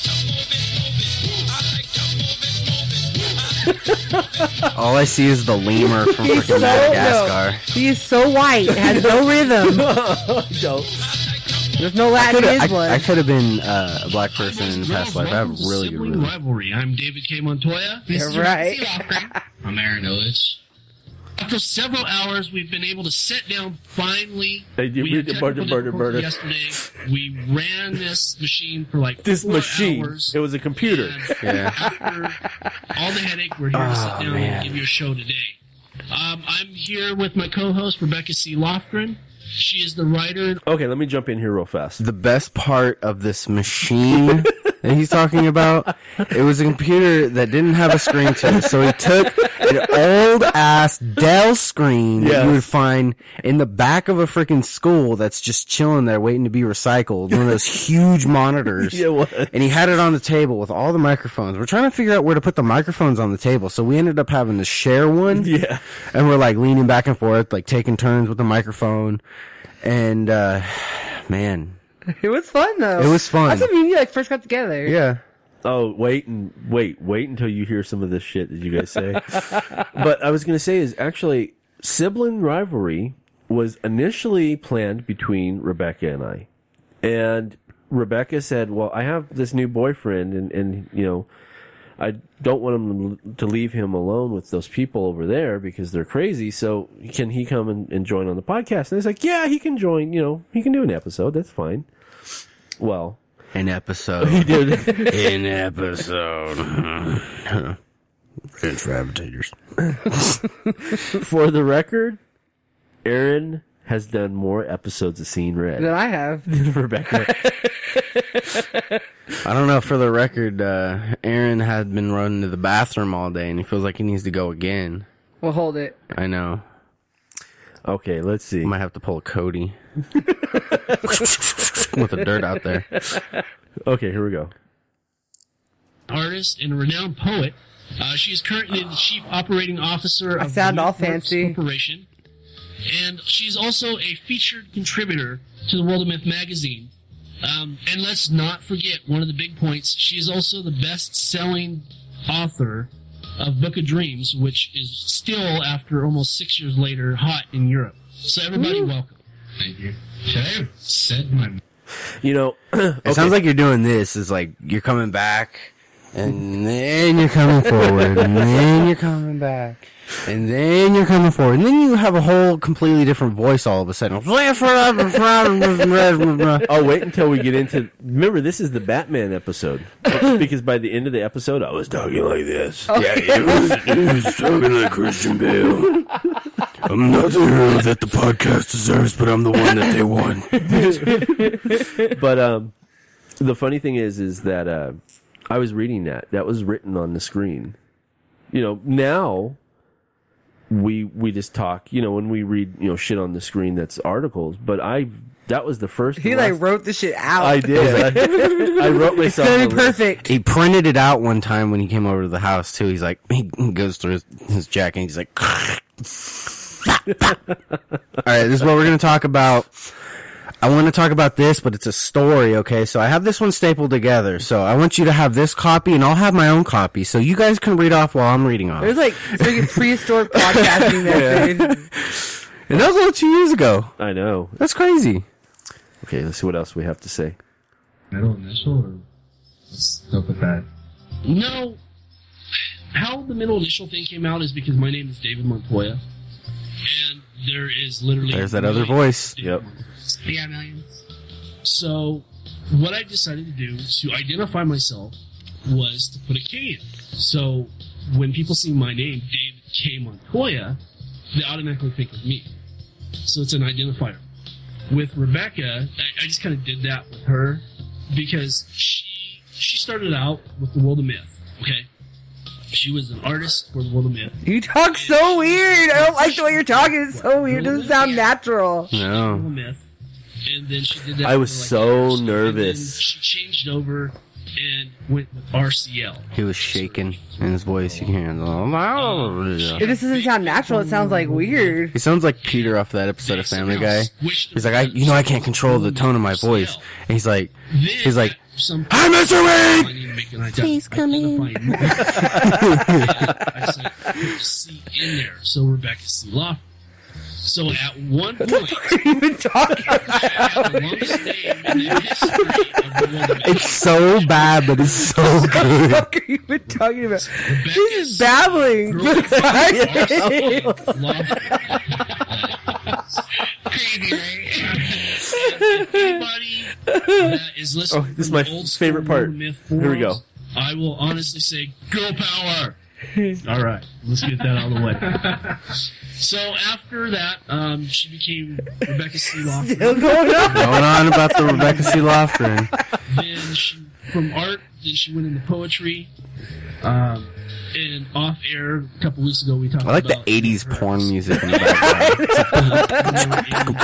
H: to move it, move it. Woo! I like to move it, move it. Woo! I like to
E: All I see is the lemur from
D: He's so
E: freaking Madagascar.
D: He is so white. Has no rhythm. There's no Latin in his blood.
E: I, I could have been uh, a black person in the past life. I have
I: Welcome to
E: really good
I: Sibling
E: rhythm.
I: rivalry. I'm David K. Montoya. This
D: You're
I: is
D: right.
I: Rocker. I'm Aaron Illich. After several hours, we've been able to sit down finally.
C: Hey, you
I: we had
C: read the murder,
I: technical
C: murder,
I: difficulties Yesterday, we ran this machine for like
C: this
I: four
C: machine.
I: hours.
C: It was a computer.
I: And After all the headache, we're here to
C: Oh,
I: sit down and give you a show today. Um, I'm here with my co-host Rebecca C. Lofgren. She is the writer and
C: Okay, let me jump in here real fast.
E: The best part of this machine that he's talking about. It was a computer that didn't have a screen to it, so he took an old ass Dell screen that you would find in the back of a freaking school that's just chilling there, waiting to be recycled. One of those huge monitors.
C: Yeah, it was.
E: And he had it on the table with all the microphones. We're trying to figure out where to put the microphones on the table, so we ended up having to share one
C: Yeah.
E: and we're like leaning back and forth, like taking turns with the microphone. And uh man,
D: It was fun though.
E: It was fun.
D: That's when you like first got together.
E: yeah,
C: Oh, wait and wait, wait until you hear some of this shit that you guys say. but I was going to say is actually sibling rivalry was initially planned between Rebecca and I. And Rebecca said, "Well, I have this new boyfriend and and you know, I don't want him to leave him alone with those people over there because they're crazy. So can he come and, and join on the podcast? And it's like, yeah, he can join. You know, he can do an episode. That's fine. Well,
E: an episode, an episode. French gravitators.
C: for the record, Aaron has done more episodes of Scene
D: That
C: Red
D: I have.
C: than Rebecca.
E: I don't know. For the record, uh, Aaron had been running to the bathroom all day, and he feels like he needs to go again.
D: Well, hold it.
E: I know.
C: okay, let's see.
E: I might have to pull a Cody with the dirt out there.
C: Okay, here we go.
I: artist and renowned poet. Uh, she is currently the chief operating officer of
D: sound
I: the
D: all
I: Mythworks
D: fancy.
I: Corporation, and she's also a featured contributor to the World of Myth magazine. Um, and let's not forget one of the big points: she is also the best-selling author of Book of Dreams, which is still, after almost six years later, hot in Europe. So everybody, welcome. Thank you. Should I have said my
C: You know,
E: It sounds like you're doing this. Is like you're coming back, and then you're coming forward, and then you're coming back, and then you're coming forward, and then you have a whole completely different voice all of a sudden. That's
C: I'll wait until we get into. Remember, this is the Batman episode because by the end of the episode, I was talking like this.
B: Yeah, it was, it was talking like Christian Bale. I'm not the hero that the podcast deserves, but I'm the one that they want.
C: But um, the funny thing is, is that uh, I was reading that that was written on the screen. You know, now we we just talk. You know, when we read you know shit on the screen, that's articles. But I that was the first.
D: He
C: and
D: like
C: last-
D: wrote the shit out.
C: I did. I, I wrote myself.
D: Very
C: a list.
D: perfect.
E: he printed it out one time when he came over to the house too. He's like, he goes through his, his jacket, and he's like, all right, this is what we're gonna talk about. I want to talk about this, but it's a story, okay? So I have this one stapled together. So I want you to have this copy, and I'll have my own copy. So you guys can read off while I'm reading off.
D: There's like freaking prehistoric podcasting there. dude.
E: And that was only two years ago.
C: I know.
E: That's crazy.
C: Okay, let's see what else we have to say.
J: middle initial or let's go with that.
I: No. How the middle initial thing came out is because my name is David Montoya, and there is literally
E: There's that other
I: millions
E: voice.
I: of David Montoyas. Yeah, millions. So, what I decided to do to identify myself was to put a K in. So, when people see my name, David K Montoya, they automatically think of me. So it's an identifier. With Rebecca, I, I just kind of did that with her because she she started out with the world of myth. Okay, she was an artist for the world of myth.
D: You talk so weird. I don't like the way you're talking. It's so weird. It doesn't sound natural.
I: World
E: No.
I: of myth, and then she did that.
C: I
I: for,
C: was
I: like,
C: so
I: years, and then
C: nervous.
I: she changed over and went with RCL.
E: He was shaking in his voice. You can hear
D: It
E: him.
D: just doesn't sound natural. It sounds like weird.
E: He sounds like Peter off that episode of Family Guy. He's like, I, you know, I can't control the tone of my voice. And he's like,
I: Then
E: he's like,
I: at some
E: "Hi, Mr. Wayne!"
I: I need to make an Please come in. I said, "Put C in there. So Rebecca C. Loft. So at one point,
D: Even talking.
I: I had the longest name in the history of the world.
E: It's so bad, but it's so
D: What the
E: good.
D: fuck are you even talking about?
I: Rebecca
D: He's just babbling.
I: Crazy, right? Anybody that is listening
C: Oh, this is
I: from
C: my
I: the old
C: favorite
I: school
C: part.
I: myth
C: Here we go.
I: forums, I will honestly say, girl power. All right, let's get that out of the way. So after that, um, she became Rebecca C. Lofgren.
D: Still going on.
E: Going on about the Rebecca C. Lofgren.
I: Then she, from art, then she went into poetry. Um, and off air a couple weeks ago, we talked.
E: I like the
I: about
E: 80s porn music in the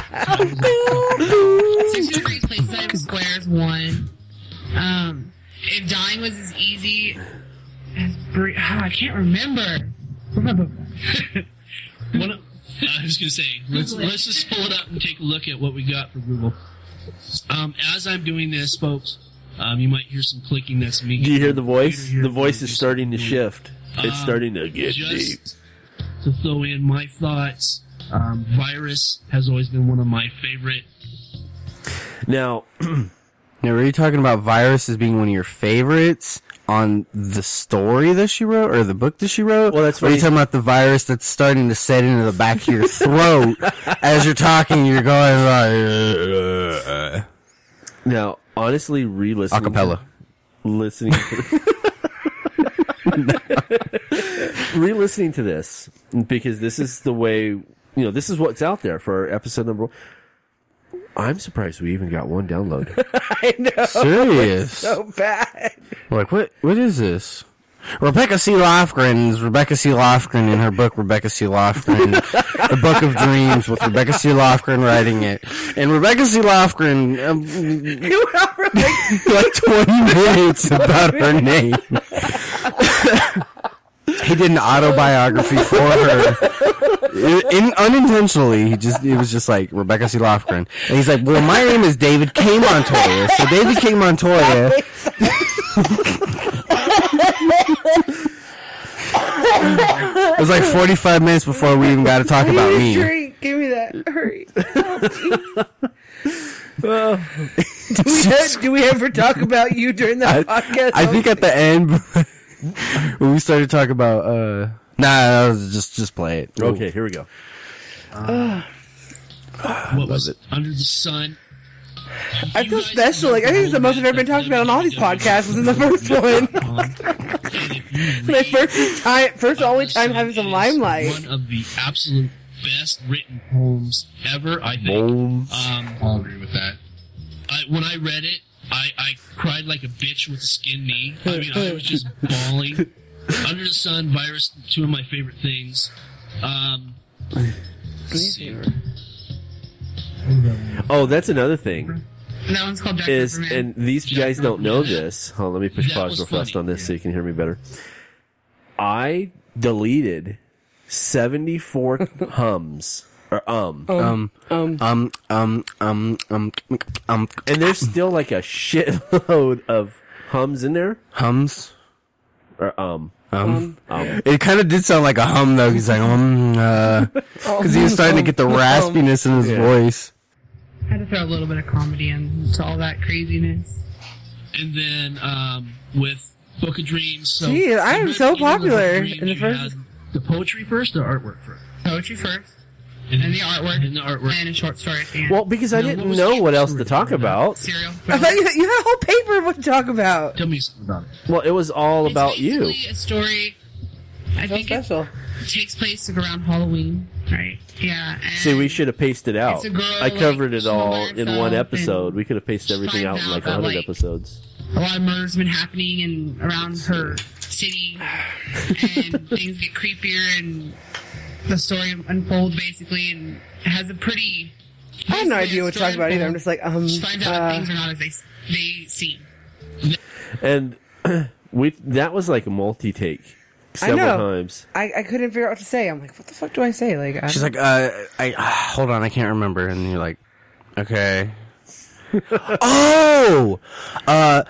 E: background.
I: um,
K: Six degrees place seven squares one. Um, if dying was as easy as bre- oh, I can't remember. Remember.
I: One of- I was gonna say, let's let's just pull it up and take a look at what we got from Google. Um, as I'm doing this, folks, um, you might hear some clicking. That's me.
C: Do you hear the voice? The voice is starting to shift. It's
I: Um,
C: starting to get deep.
I: just to throw in my thoughts. Um, virus has always been one of my favorite.
C: Now,
E: Now, were you talking about Virus as being one of your favorites on the story that she wrote or the book that she wrote? Well,
C: that's
E: Or are
C: what
E: you
C: he-
E: talking about the virus that's starting to set into the back of your throat as you're talking? You're going like, uh,
C: now, honestly, re-listening,
E: acapella.
C: listening, re-listening to this because this is the way you know. This is what's out there for episode number. I'm surprised we even got one download.
D: I know.
E: Serious.
D: So bad.
E: Like what? What is this? Rebecca C. Lofgren is Rebecca C. Lofgren in her book Rebecca C. Lofgren, The Book of Dreams, with Rebecca C. Lofgren writing it, and Rebecca C. Lofgren um,
D: You are right.
E: like twenty minutes about her name. he did an autobiography for her, I- in, unintentionally. He just it was just like Rebecca C. Lofgren, and he's like, "Well, my name is David K. Montoya, so David K. Montoya." It was like 45 minutes before we even got to talk about
D: I need a
E: me.
D: drink. Give me that. Hurry.
C: Oh,
D: Do we, do we ever talk about you during the
E: I-
D: podcast?
E: I think at the end, when we started talking about, uh, nah, that was just, just play it.
C: okay, here we go.
I: What was it? Under the sun.
D: I feel special. Like I think it's the most I've ever been talked about on all these podcasts was in the first one. My first time, first and only time having some limelight.
I: One of the absolute best written poems ever. I think. Um,
J: I'll agree with that.
I: I, when I read it, I, I cried like a bitch with a skinned knee. I mean, I was just bawling. Under the Sun, Virus, two of my favorite things. Um, let's see.
C: Oh, that's another thing.
K: That one's called Jack
C: Is
K: Superman.
C: and these guys don't know this. Hold on, let me push
I: That
C: pause
I: was
C: real fast
I: funny,
C: on this so you can hear me better. I deleted seventy four hums or um,
E: Um, um, um, um, um, um, um,
C: and there's still like a shitload of hums in there
E: hums.
C: or um.
E: Um, it kind of did sound like a hum though. He's like, um, uh 'cause because he was starting to get the raspiness in his voice.
K: had to throw a little bit of comedy into all that craziness.
I: And then um, with Book of Dreams. So
D: Gee, I am so
I: You know, with Book of
D: popular
I: Dreams,
D: in the
I: you
D: first-
I: had The poetry first or artwork first?
K: Poetry first, and the artwork,
I: And the artwork.
K: and a short story at the end.
C: Well, because I
I: No, what
C: didn't
I: was
C: know
I: the
C: what else to
I: original
C: talk
I: one?
C: about.
K: Serial.
D: I thought you, you had a whole paper of what to talk about.
I: Tell me something about it.
C: Well, it was all
K: It's
C: about you.
K: basically A story. I
D: So
K: think it
D: special.
K: takes place around Halloween, right? Yeah. And
C: See, we should have paced it out.
K: It's a girl,
C: I covered
K: like,
C: it all
K: she's by
C: in one
K: herself
C: episode.
K: and
C: We could have paced everything out
K: finds
C: in
K: out
C: like
K: that,
C: 100
K: like,
C: episodes.
K: a lot of murders have been happening in around her city, and things get creepier, and the story unfolds basically, and it has a pretty.
D: I have no idea what to talk about either. I'm just like, um,
K: She finds out that
D: uh,
K: things are not as they they seem.
C: and we that was like a multi take several
D: know.
C: times.
D: I, I couldn't figure out what to say. I'm like, what the fuck do I say? Like, I,
E: She's like, uh, I, ah, hold on, I can't remember. And you're like, okay. oh! Uh,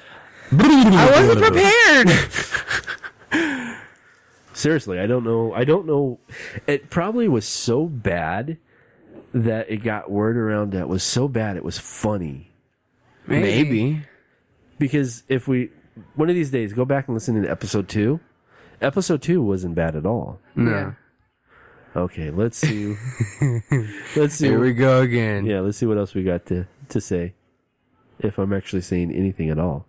D: I wasn't prepared.
C: Seriously, I don't know. I don't know. It probably was so bad that it got word around that was so bad it was funny.
E: Maybe.
C: Because if we one of these days go back and listen to episode 2, episode 2 wasn't bad at all.
E: No.
C: Okay, let's see. let's see.
E: Here we go again.
C: Yeah, let's see what else we got to to say. If I'm actually saying anything at all.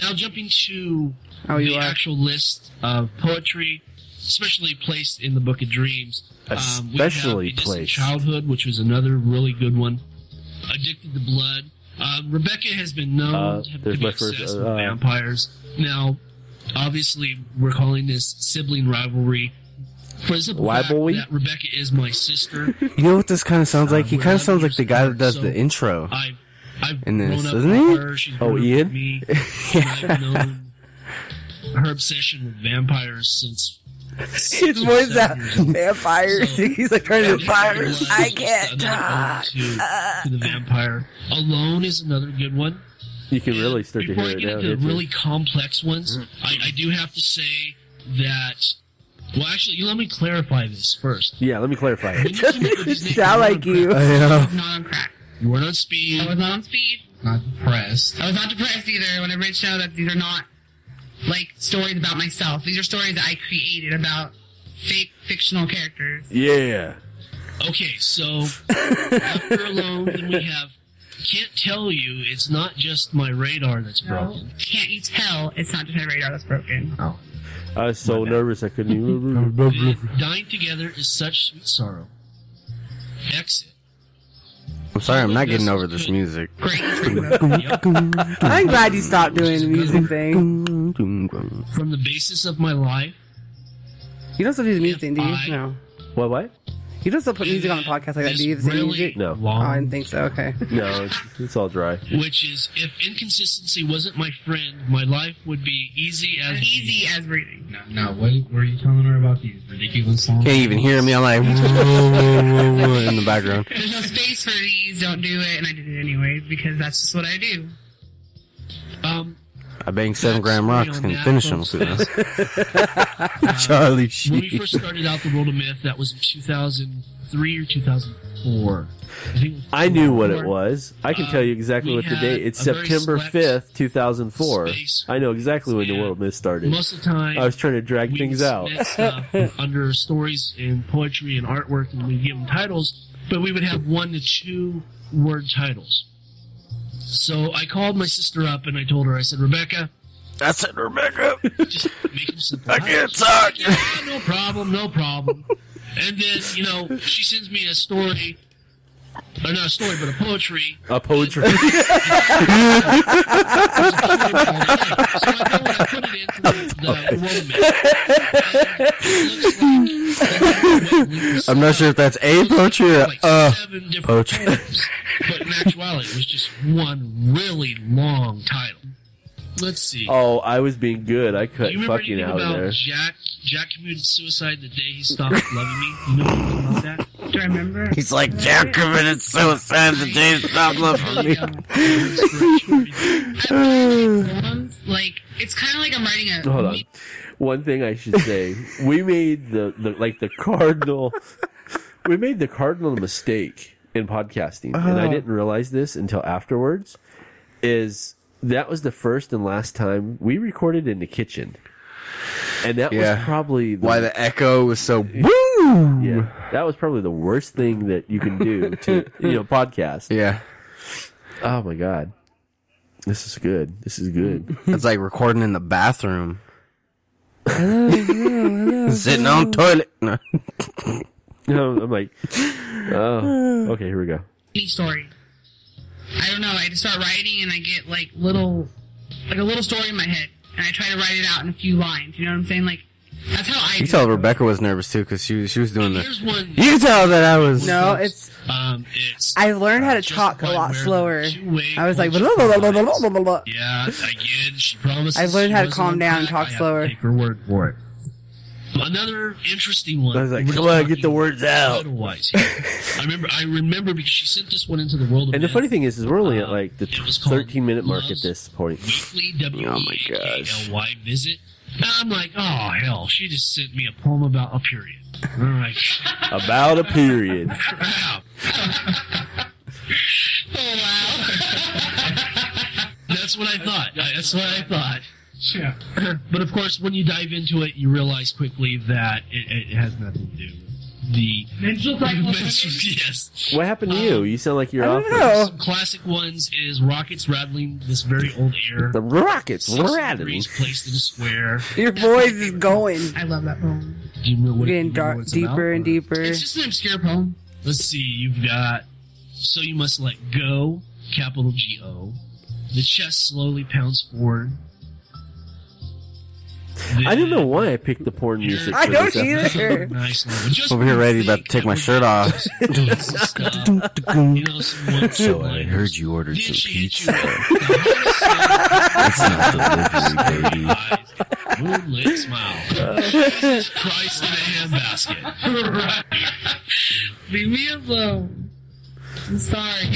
I: Now jumping to
D: Oh, you
I: the
D: are.
I: actual list of poetry. especially placed in the Book of Dreams. Um, we have
C: Especially
I: Indecent
C: placed.
I: Childhood, which was another really good one. Addicted to Blood. Um, Rebecca has been known
C: Uh,
I: to
C: there's
I: be
C: my
I: obsessed
C: first,
I: with
C: uh,
I: vampires. Now, obviously, we're calling this sibling rivalry. For the simple fact
E: Rivalry?
I: that Rebecca is my sister.
E: You know what this kind of sounds like? He kind of sounds like the guy that does the intro.
I: I've, I've
E: in this,
I: grown up
E: doesn't
I: with
E: he?
I: her.
C: Oh,
I: She's grown up with me. And I've known her obsession with vampires since.
D: His voice out. Vampires. He's like trying to vampires. I can't talk. Uh.
I: To, to the vampire. Alone is another good one.
C: You can really start to
I: Before
C: hear
I: I
C: it
I: get
C: now.
I: into the
C: can't you?
I: really complex ones, I, I do have to say that. Well, actually, you let me clarify this first.
C: Yeah, let me clarify.
I: When you came up with this name,
D: Sound like you.
K: Not on crack.
I: you weren't on speed.
K: I was not on speed.
J: Not depressed.
K: I was not depressed either. When I read show that these are not like stories about myself. These are stories that I created about fake fictional characters.
C: Yeah.
I: Okay, so after alone, then we have can't tell you. It's not just my radar that's broken.
K: Can't you tell it's not just my radar that's broken?
I: Oh.
C: I was so nervous I couldn't
I: Dying,
C: even.
I: dying together is such sweet sorrow. Exit.
E: I'm sorry, I'm not getting over this music.
D: I'm glad you stopped doing the music thing.
I: From the basis of my life,
D: You don't still do the music thing, do you? No.
C: What? What?
D: You don't still put music on a podcast like that, do you? The same
I: Really
D: music?
C: No.
D: Oh, I didn't think so. Okay.
C: No, it's, it's all dry.
I: which is if inconsistency wasn't my friend, my life would be easy as
K: easy as breathing.
J: No, no, what were you telling her about these ridiculous songs?
E: Can't even hear me. I'm like whoa, whoa, whoa, whoa, in the background.
K: There's no space for these. Don't do it, and I did it anyways because that's just what I do.
I: Um,
E: I banged seven gram rocks. Can finish them. Charlie
I: When we first
E: Sheen.
I: started out the world of myth, that was in 2003 or 2004. I think it was
C: I knew what it
I: four.
C: was. I can
I: Uh,
C: tell you exactly
I: we
C: what the
I: had
C: date. It's
I: a very
C: September
I: select
C: fifth, two thousand four.
I: space
C: I know exactly when the world myth started.
I: Most of the time,
C: I was trying to drag
I: we
C: things
I: would
C: out.
I: submit stuff under stories and poetry and artwork, and we'd give them titles, but we would have one to two word titles. So I called my sister up and I told her, I said, Rebecca,
E: I said, Rebecca.
I: just make them simple. I
E: can't talk.
I: Yeah, no problem, no problem. And then, you know, she sends me a story, or not a story, but a poetry.
C: A poetry.
E: I'm not sure if that's a poetry or uh poetry.
I: But in actuality, it was just one really long title. Let's see.
C: oh, I was being good. I cut
I: you remember
C: fucking
I: anything
C: out of
I: about
C: there.
I: Jack? Jack committed suicide the day he stopped loving me. You know anything about that?
K: Do I remember?
E: He's like Jack committed suicide the day he stopped loving me.
K: Poems, like it's kind of like I'm writing a.
C: Hold on. One thing I should say: we made the, the like the cardinal. we made the cardinal mistake in podcasting, and I
E: Oh.
C: didn't realize this until afterwards. Is that was the first and last time we recorded in the kitchen, and that was
E: Yeah.
C: probably the,
E: Why the echo was so woo?
C: yeah, that was probably the worst thing that you can do to you know podcast.
E: Yeah.
C: Oh my god, this is good. This is good.
E: It's like recording in the bathroom. Sitting on toilet. No.
C: No, I'm like, oh, okay, here we go.
K: any story. I don't know. I just start writing and I get like little, like a little story in my head, and I try to write it out in a few lines. You know what I'm saying? Like that's how I.
E: You
K: do
E: can tell
K: it.
E: Rebecca was nervous too because she, she was doing the.
I: Here's one.
E: You can tell that I was.
D: No, it's.
I: Um, it's
D: I learned how to talk a lot slower.
I: two-way
D: I was like,
I: culture
D: "Blah-blah-blah-blah-blah-blah-blah."
I: Yeah, again, she promises.
D: I've learned
I: she
D: how to
I: wasn't
D: calm
I: on
D: down and talk
I: crack. I have to
D: slower.
I: Take her word for it. Another interesting one.
C: I was like,
I: We're
C: come on, get
I: talking
C: the words out.
I: title-wise here. I remember. I remember because she sent this one into the world of
C: And the
I: men
C: funny thing is, is we're only at like the
I: Uh, was called
C: 13 minute mark at this point.
I: weekly E
E: Oh my gosh.
I: W-E-A-K-L-Y visit. And I'm like, oh hell, she just sent me a poem about a period. All right.
C: About a period.
I: Wow.
K: Oh,
I: That's what I thought. That's what I thought.
J: Yeah.
I: but of course, when you dive into it, you realize quickly that it, it has nothing to do with the
K: Menstrual cycle
I: yes.
C: What happened to you? You sound like you're off.
D: Oh.
I: Some classic ones is rockets rattling this very old air.
C: The rockets
I: 60
C: rattling.
I: degrees placed in a square.
D: Your voice is going.
K: I love that poem.
I: Do you know what,
D: Getting
I: do you know
D: dark,
I: what it's
D: deeper
I: about?
D: and deeper.
K: It's just an obscure poem.
I: Let's see. You've got so you must let go. Capital G O. The chest slowly pounds forward.
C: I don't know why I picked the porn music.
D: I
C: for
D: don't
C: this episode.
D: either.
I: Nice language. Just
E: Over here, ready about to take my shirt off.
I: uh,
E: so I heard you ordered some pizza. That's not delivery, baby.
I: Moonlit smile. Jesus Christ in a handbasket. Right.
K: Leave me alone. I'm sorry.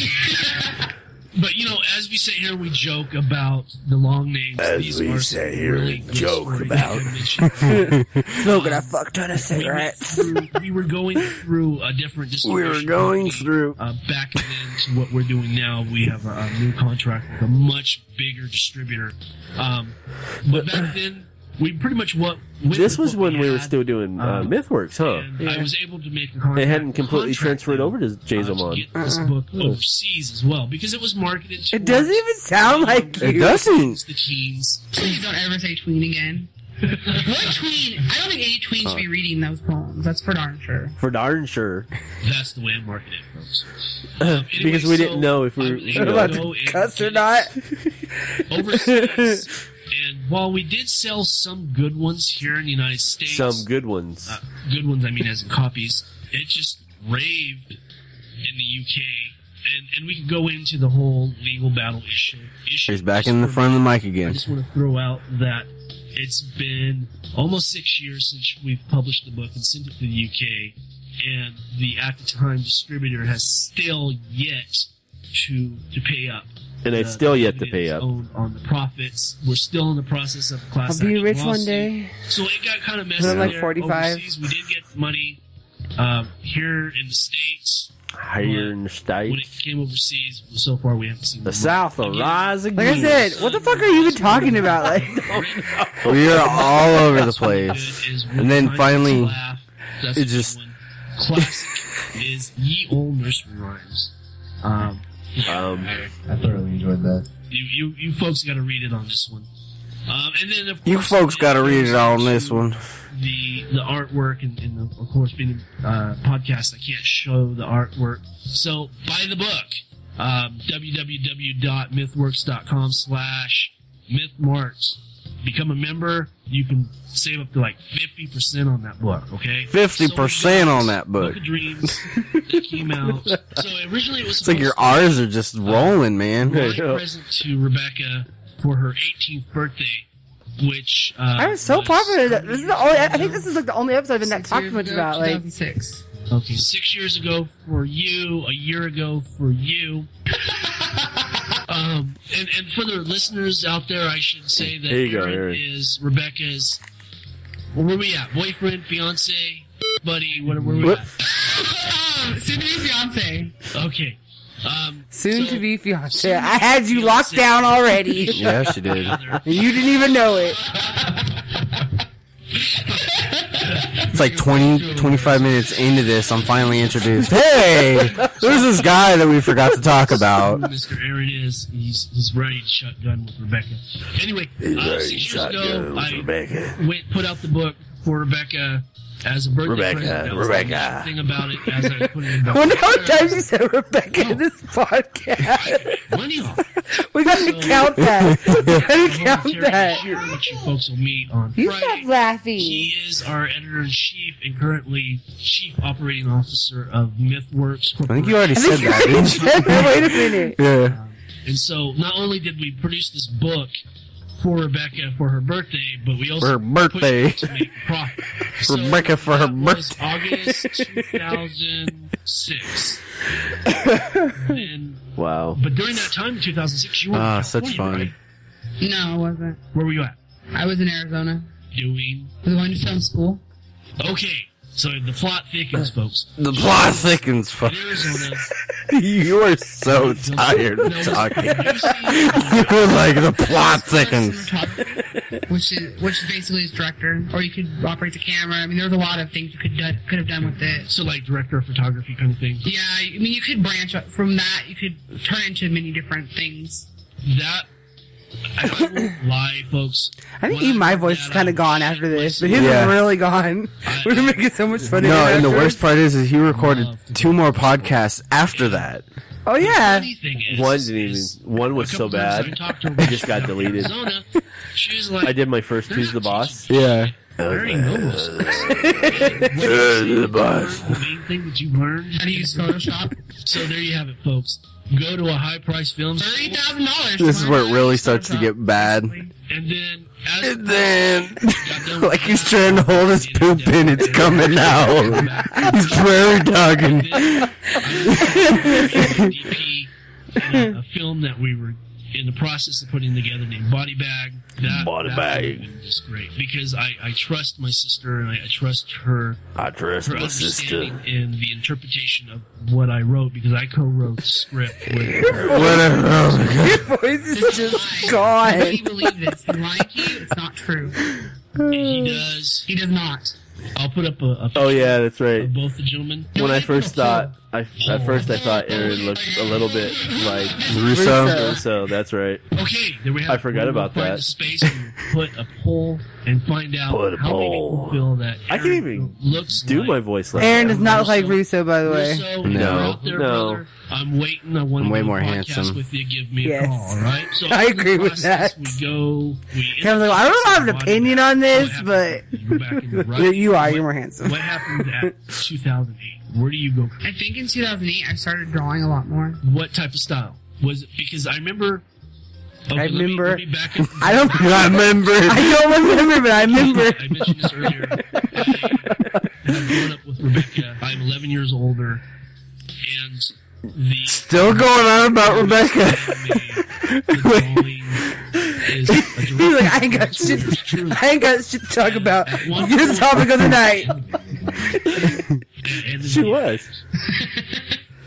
I: But you know, as we sit here, we joke about the long names.
B: As
I: These
B: we
I: are
B: sit
I: some
B: here
I: really
B: and
I: good
B: joke
I: stories
B: about.
I: that I mentioned.
D: Smoking a fuck ton of
I: We went
D: cigarettes.
I: through- we were going through a different
B: We
I: distillation.
B: were going
I: company,
B: through.
I: uh, back then to what we're doing now. We have a, a new contract with a much bigger distributor. Um, but back then, we pretty much what
C: This was when we were still doing uh,
I: um,
C: MythWorks, huh?
I: I was able to make a contract.
C: They hadn't completely
I: contract uh,
C: transferred over to
I: to
C: Jazomon.
I: get this book overseas as well because it was marketed. To
D: It doesn't even sound like you.
B: It doesn't.
I: the teens.
K: Please don't ever say tween again. what tween? I don't think any tween should be reading those poems. That's for darn sure.
C: For darn sure.
I: That's the way I market it, folks. Um, anyway,
C: Uh, because we
I: so
C: didn't know if we
I: I'm
C: were.
I: able
C: you know.
I: to go and
D: Cuss or
I: get
D: not?
I: overseas. and while we did sell some good ones here in the United States,
C: some good ones.
I: uh, good ones, I mean, as in copies, it just raved in the UK. And, and we can go into the whole legal battle issue. issue.
E: He's back in the front of the mic
I: I
E: again.
I: just want to throw out that it's been almost six years since we've published the book and sent it to the UK, and the at the time distributor has still yet to to pay up.
C: And they've
I: The-
C: still
I: the
C: yet to pay
I: dividends
C: up.
I: owed On the profits, we're still in the process of class
D: I'll be
I: action
D: rich one
I: lawsuit.
D: day.
I: So it got kind of messy.
D: When I'm like
I: there.
D: 45.
I: Overseas, we did get money um, here in the states.
C: Higher in the
I: When
C: state.
I: it came overseas, so far we haven't seen
C: The
I: money.
C: South will rise again.
D: Like I said, what the fuck are you even talking about? Like,
E: We are all over the place.
I: Good is
E: And then
I: Woodbine
E: finally,
I: Laugh. That's
E: it
I: a good
E: just-
I: one. classic is ye old nursery rhymes. Um,
C: Um,
J: I thoroughly enjoyed that.
I: you, you you folks got to read it on this one. Um, and then of course,
E: You folks got to read it all on this one.
I: The the artwork and, and the, of course being uh, podcast, I can't show the artwork. So buy the book. Um, www.mythworks.com slash mythmarts. Become a member. You can save up to like fifty percent on that book. Okay,
E: 50% on that book.
I: Book of Dreams that came out. So originally it was
E: It's like your
I: supposed
E: R's are just rolling, man.
I: to be a present to Rebecca for her 18th birthday, which uh,
D: I was so popular. That this is the only. I think this is like the only episode I've been that
K: Six
D: talked
K: years
D: much
K: ago,
D: about. Like,
K: 2006.
I: Okay, six years ago for you, a year ago for you. um, and, and for the listeners out there, I should say that
C: There you go,
I: Aaron
C: Aaron.
I: is Rebecca's. Where we at? Boyfriend, fiance, buddy. What? Where we
C: What?
I: at?
K: Um, soon to be fiance.
I: Okay. Um,
D: soon
I: so-
D: to be fiance. I had you locked down already.
E: Yeah, she did.
D: And you didn't even know it.
E: It's like 20, 25 minutes into this, I'm finally introduced. Hey, there's this guy that we forgot to talk
I: who
E: about.
I: Mr. Aaron is. He's he's ready to shotgun with Rebecca. Anyway, uh,
B: Right,
I: six years
B: shotgun
I: ago,
B: with
I: I
B: Rebecca.
I: went put out the book for Rebecca as a birthday
B: Rebecca,
I: present. That was
B: Rebecca.
I: The thing about it as I put it in the
D: Wonder how many times you said Rebecca in this podcast.
I: money off.
D: We gotta count that. We gotta count
I: Terry
D: that.
I: Shearer, which you folks will meet on
D: You stop
I: Friday.
D: laughing.
I: He is our editor in chief and currently chief operating officer of MythWorks.
E: I think you already
D: I
E: said
D: think you
E: that,
D: already
E: didn't you?
D: said that. Wait a minute.
E: Yeah.
I: And so, not only did we produce this book for Rebecca for her birthday, but we also
E: Her birthday.
I: pushed it to make a profit. So
E: Rebecca for her
I: that was
E: birthday.
I: August 2006. and,
C: Wow.
I: but during that time, in 2006, you were in
E: Ah, such
I: California,
E: fun.
K: No, I wasn't.
I: right? Where were you at?
K: I was in Arizona.
I: Doing
K: I was going to film school.
I: Okay, So the plot thickens, folks.
E: The plot thickens, fuck. you are so tired of talking. You're like, the plot thickens.
K: which is which is basically is director, or you could operate the camera. I mean, there's a lot of things you could do, could have done with it.
I: So like director of photography kind of thing.
K: Yeah, I mean, you could branch up from that. You could turn into many different things.
I: That Lie, folks.
D: I think even my voice is kind of gone after this, but his
E: Yeah.
D: is really gone. We were making so much fun of
E: No,
D: it
E: and the
D: afterwards.
E: worst part is, is he recorded two more podcasts after that.
D: Oh yeah.
C: One didn't even. One was so bad, it just got deleted. I did my first who's the boss.
E: Yeah.
C: the boss.
I: main thing that you learned how to use Photoshop. so there you have it, folks. Go to a high price film. Thirty
K: thousand dollars.
E: This is where it really starts to get bad.
I: And then, as
E: and then, like he's trying to hold his poop in, it's coming out. He's prairie dogging.
I: uh, a film that we were in the process of putting together named Body Bag. That,
H: Body
I: that
H: Bag.
I: film is great because I, I trust my sister and I, I trust her.
C: I trust
I: her
C: my sister.
I: understanding and the interpretation of what I wrote because I co-wrote the script. With her.
D: Your voice is just gone.
K: He believe this. He like you. It's not true.
I: he does.
K: He does not.
I: I'll put up a. a
C: Oh yeah, that's right.
I: Both the gentlemen.
C: When I first thought, I at first I thought Aaron looked a little bit like
I: Russo.
C: Russo, that's right.
I: Okay, there we have.
C: I
I: it.
C: forgot
I: We'll
C: about
I: find
C: that.
I: The space and put a poll and find out
C: Put a
I: how
C: poll.
I: many people feel that
C: I can't even
I: looks
C: do my voice like
D: Aaron
C: that.
D: does not look like Russo, by the way.
I: So
C: No,
I: if you're out there,
C: no.
I: brother, I'm waiting. I want
C: I'm
I: to
C: way
I: do a
C: more
I: podcast
C: handsome.
I: with you. Give me
D: Yes.
I: a call, all right? So
D: I
I: in the
D: agree with
I: process,
D: that.
I: We go. We
D: I, like, I don't have an opinion on this, but you you are. You're more handsome.
I: what happened at 2008? Where do you go?
K: I think in 2008 I started drawing a lot more.
I: What type of style was it? Because I remember. Okay,
D: I
I: let me-
D: remember.
I: let me back up.
D: I don't.
E: remember.
D: I don't remember, but I remember.
I: I mentioned this earlier. I've grown up with Rebecca. I'm 11 years older, and the
E: Still going on about Rebecca.
I: is
D: He's like, I ain't got shit. I ain't got shit to talk about. Get the topic of the night.
I: she was.